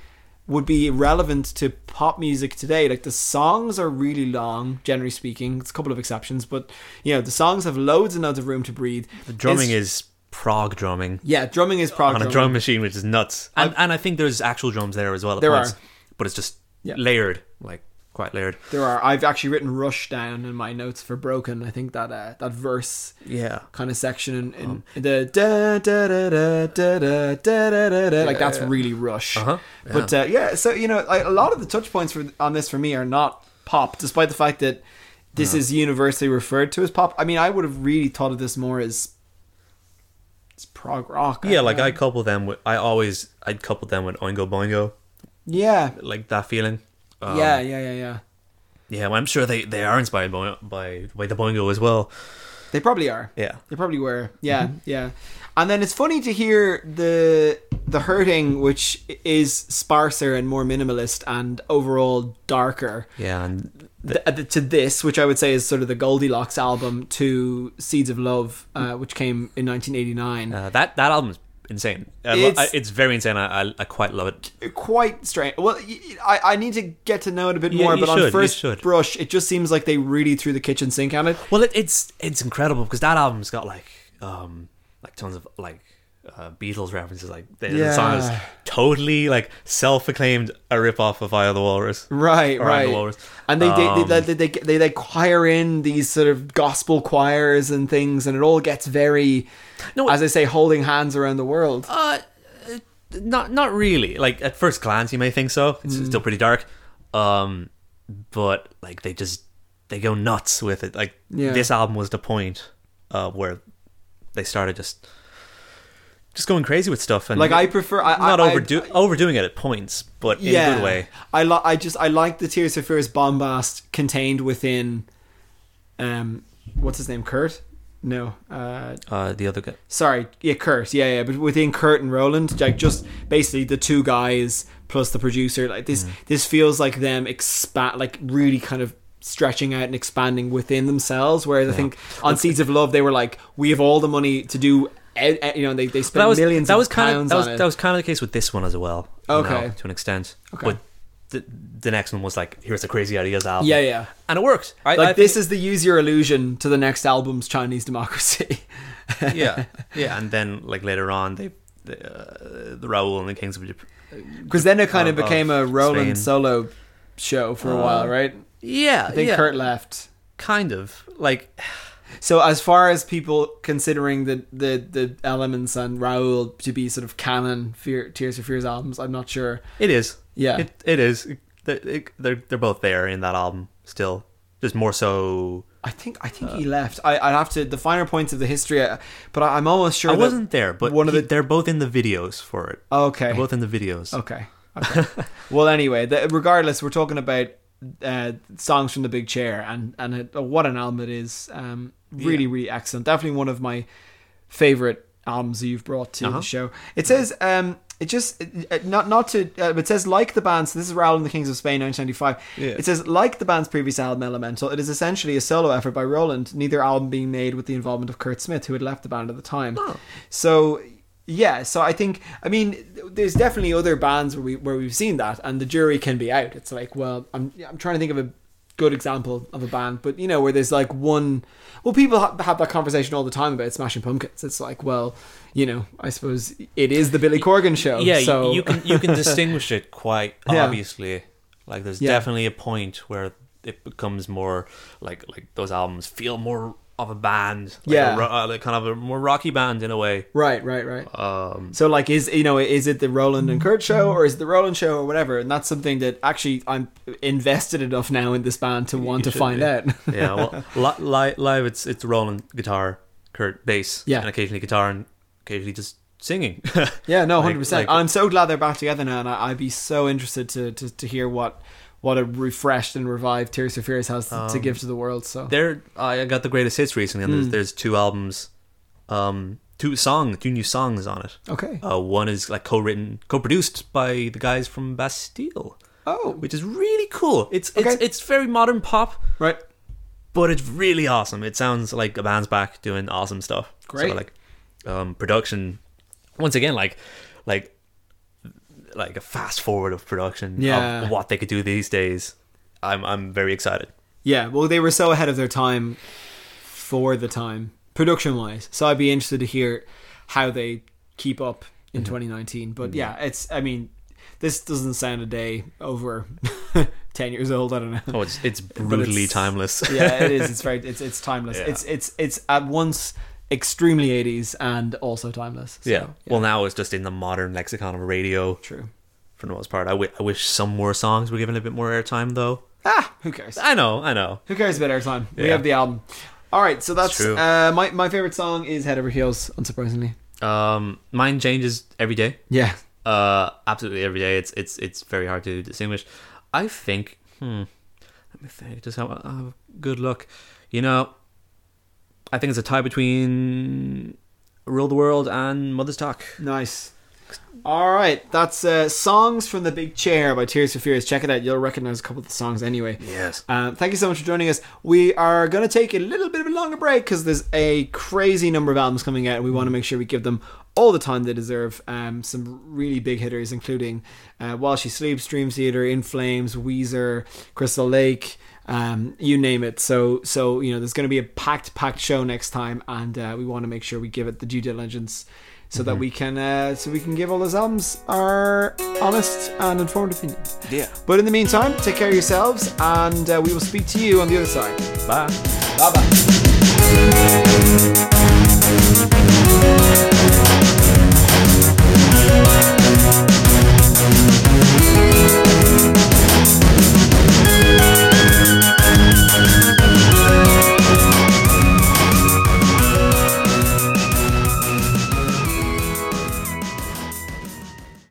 S4: would be relevant to pop music today. Like the songs are really long, generally speaking. It's a couple of exceptions, but you know the songs have loads and loads of room to breathe.
S5: the drumming is prog drumming
S4: yeah, drumming is prog
S5: on a
S4: drumming.
S5: drum machine, which is nuts. And and I think there's actual drums there as well. At
S4: There
S5: points,
S4: are.
S5: but it's just
S4: Yeah.
S5: layered, like quite layered.
S4: There are. I've actually written "Rush" down in my notes for "Broken." I think that uh, that verse
S5: Yeah.
S4: kind of section in, in
S5: Uh-huh.
S4: the da da da da da da da da da da like that's really rush
S5: Uh-huh.
S4: but uh, yeah so you know like, a lot of the touch points for on this for me are not pop despite the fact that this is universally referred to as pop i mean i would have really thought of this more as it's prog rock
S5: Yeah, like I couple them with I always I'd couple them with Oingo Boingo,
S4: yeah
S5: like that feeling. Um,
S4: yeah yeah yeah yeah
S5: yeah. Well, I'm sure they they are inspired by by, by the Boingo as well.
S4: they probably are
S5: Yeah.
S4: They probably were. Yeah,
S5: Mm-hmm.
S4: yeah. And then it's funny to hear the the hurting, which is sparser and more minimalist and overall darker.
S5: Yeah, and
S4: Th- uh, to this, which I would say is sort of the Goldilocks album to Seeds of Love, uh,
S5: Mm.
S4: which came in 1989.
S5: uh, that that album's insane. I lo-
S4: It's-
S5: I- it's very insane. I, I I quite love it.
S4: Quite strange. Well, y- y- I, I need to get to know it a bit
S5: Yeah,
S4: more,
S5: you
S4: but
S5: should,
S4: on
S5: you
S4: first
S5: should.
S4: brush, it just seems like they really threw the kitchen sink at it.
S5: Well, it, it's it's incredible because that album's got like um like tons of like uh, Beatles references. Like the, the song is
S4: Yeah.
S5: totally like self-acclaimed a rip-off of Eye of the Walrus.
S4: Right,
S5: Or
S4: right.
S5: Angle Walrus.
S4: And they they, they,
S5: Um,
S4: they, they, they they choir in these sort of gospel choirs and things, and it all gets very,
S5: No,
S4: as I say, holding hands around the world.
S5: Uh, uh, not not really. Like at first glance, you may think so. It's
S4: Mm.
S5: still pretty dark. Um, but like they just they go nuts with it. Like
S4: Yeah.
S5: this album was the point uh, where they started just just going crazy with stuff and
S4: Like, I prefer- I-
S5: not
S4: I- I-
S5: overdo overdoing it at points, but in a good way.
S4: I li- I just I like the Tears for Fears bombast contained within, um, what's his name, Kurt? No, uh,
S5: Uh, the other guy.
S4: sorry, yeah, Kurt, yeah, yeah, but within Kurt and Roland, like just basically the two guys plus the producer, like this,
S5: Mm.
S4: this feels like them expand, like really kind of stretching out and expanding within themselves. Whereas I think on Seeds of Love, they were like, we have all the money to do, eh, eh, you know, they they spend
S5: that was
S4: millions.
S5: that was
S4: of
S5: kind of
S4: pounds
S5: that was
S4: on it.
S5: that was kind of the case with this one as well. you
S4: Okay.
S5: know, to an extent.
S4: Okay.
S5: But the, the next one was like, here's the crazy ideas album.
S4: Yeah, yeah.
S5: and it worked. I,
S4: like
S5: I
S4: this
S5: think-
S4: is the use your illusion to the next album's Chinese democracy.
S5: yeah, yeah. And then like later on, they the, uh, the Raoul and the Kings of Jap-
S4: Because then it kind of
S5: Of- of
S4: became a Roland
S5: Oh, Spain.
S4: solo show for a while, right?
S5: Yeah,
S4: I think
S5: yeah,
S4: Kurt left.
S5: kind of like
S4: So as far as people considering the the, the elements and Raoul to be sort of canon Fear, Tears for Fears albums, I'm not sure.
S5: it is.
S4: Yeah.
S5: it, it is. They- it- they're they're both there in that album still, just more so.
S4: I think I think
S5: Uh.
S4: he left. I I have to the finer points of the history, uh, but I, I'm almost sure
S5: I
S4: that-
S5: wasn't there, but
S4: one of
S5: he-
S4: the-
S5: they're both in the videos for it.
S4: Okay.
S5: They're both in the videos.
S4: Okay. okay. well, anyway, the, regardless, we're talking about uh, songs from the big chair, and and it, oh, what an album it is. Um, really, really excellent. Definitely one of my favorite albums that you've brought to
S5: Uh-huh.
S4: the show. It says um, it just it- it- not not to uh, it says like the band's this is Raoul and the Kings of Spain 1995
S5: Yeah.
S4: it says like the band's previous album Elemental it is essentially a solo effort by Roland neither album being made with the involvement of Kurt Smith who had left the band at the time
S5: Oh.
S4: so yeah so I think I mean th- there's definitely other bands where we where we've seen that and the jury can be out it's like well I'm I'm trying to think of a good example of a band but you know where there's like one well people ha- have that conversation all the time about smashing pumpkins it's like well you know i suppose it is the billy corgan show
S5: yeah, y-
S4: Oh, so
S5: you can you can distinguish it quite
S4: Yeah.
S5: obviously. Like there's
S4: Yeah.
S5: definitely a point where it becomes more like like those albums feel more of a band, like
S4: Yeah.
S5: a, ro- uh, like kind of a more rocky band in a way.
S4: right right right
S5: Um,
S4: so like is you know is it the roland and kurt show or is it the roland show or whatever and that's something that actually i'm invested enough now in this band to want to
S5: should
S4: find
S5: be.
S4: out
S5: yeah, well, li- li- live it's it's Roland guitar, Kurt bass,
S4: Yeah.
S5: and occasionally guitar and occasionally just singing.
S4: yeah no
S5: Like-
S4: 100%
S5: like-
S4: i'm so glad they're back together now and I, i'd be so interested to, to to hear what what a refreshed and revived tears for fears has to, to
S5: Um,
S4: give to the world so
S5: there I got the greatest hits recently, and there's
S4: Hmm.
S5: there's two albums, um, two song, two new songs on it.
S4: okay
S5: Uh, one is like co-written, co-produced by the guys from Bastille,
S4: oh
S5: which is really cool. It's it's
S4: Okay.
S5: it's very modern pop,
S4: right
S5: but it's really awesome. It sounds like a band's back doing awesome stuff.
S4: Great.
S5: So like um, production, once again, like like like a fast forward of production
S4: Yeah.
S5: of what they could do these days. I'm I'm very excited.
S4: Yeah, well, they were so ahead of their time for the time, production wise. So I'd be interested to hear how they keep up in
S5: Mm-hmm.
S4: 2019. But yeah, it's, I mean, this doesn't sound a day over 10 years old. I don't know.
S5: Oh, it's it's brutally
S4: it's-
S5: timeless.
S4: yeah, it is. It's very, it's, it's timeless.
S5: Yeah.
S4: It's, it's, it's at once extremely 80s and also timeless. So,
S5: yeah. Well, now it's just in the modern lexicon of radio.
S4: true.
S5: for the most part. I wi- I wish some more songs were given a bit more airtime, though.
S4: Ah, who cares?
S5: I know, I know.
S4: Who cares about our time? We
S5: Yeah.
S4: have the album. All right, so that's
S5: true.
S4: uh, my my favorite song is Head Over Heels, unsurprisingly.
S5: Um, mine changes every day.
S4: Yeah,
S5: Uh, absolutely every day. It's it's it's very hard to distinguish. I think. Hmm. Let me think. Just have, a- have a good look. You know, I think it's a tie between "Rule the World" and "Mother's Talk."
S4: Nice. All right, that's uh, "Songs from the Big Chair" by Tears for Fears. Check it out; you'll recognize a couple of the songs anyway.
S5: Yes.
S4: Um, thank you so much for joining us. We are going to take a little bit of a longer break because there's a crazy number of albums coming out. and We want to make sure we give them all the time they deserve. Um, some really big hitters, including uh, While She Sleeps, Dream Theater, In Flames, Weezer, Crystal Lake. Um, you name it. So, so you know, there's going to be a packed, packed show next time, and uh, we want to make sure we give it the due diligence, so that we can, uh, so we can give all those albums our honest and informed opinion.
S5: Yeah.
S4: But in the meantime, take care of yourselves, and uh, we will speak to you on the other side.
S5: Bye.
S4: Bye bye.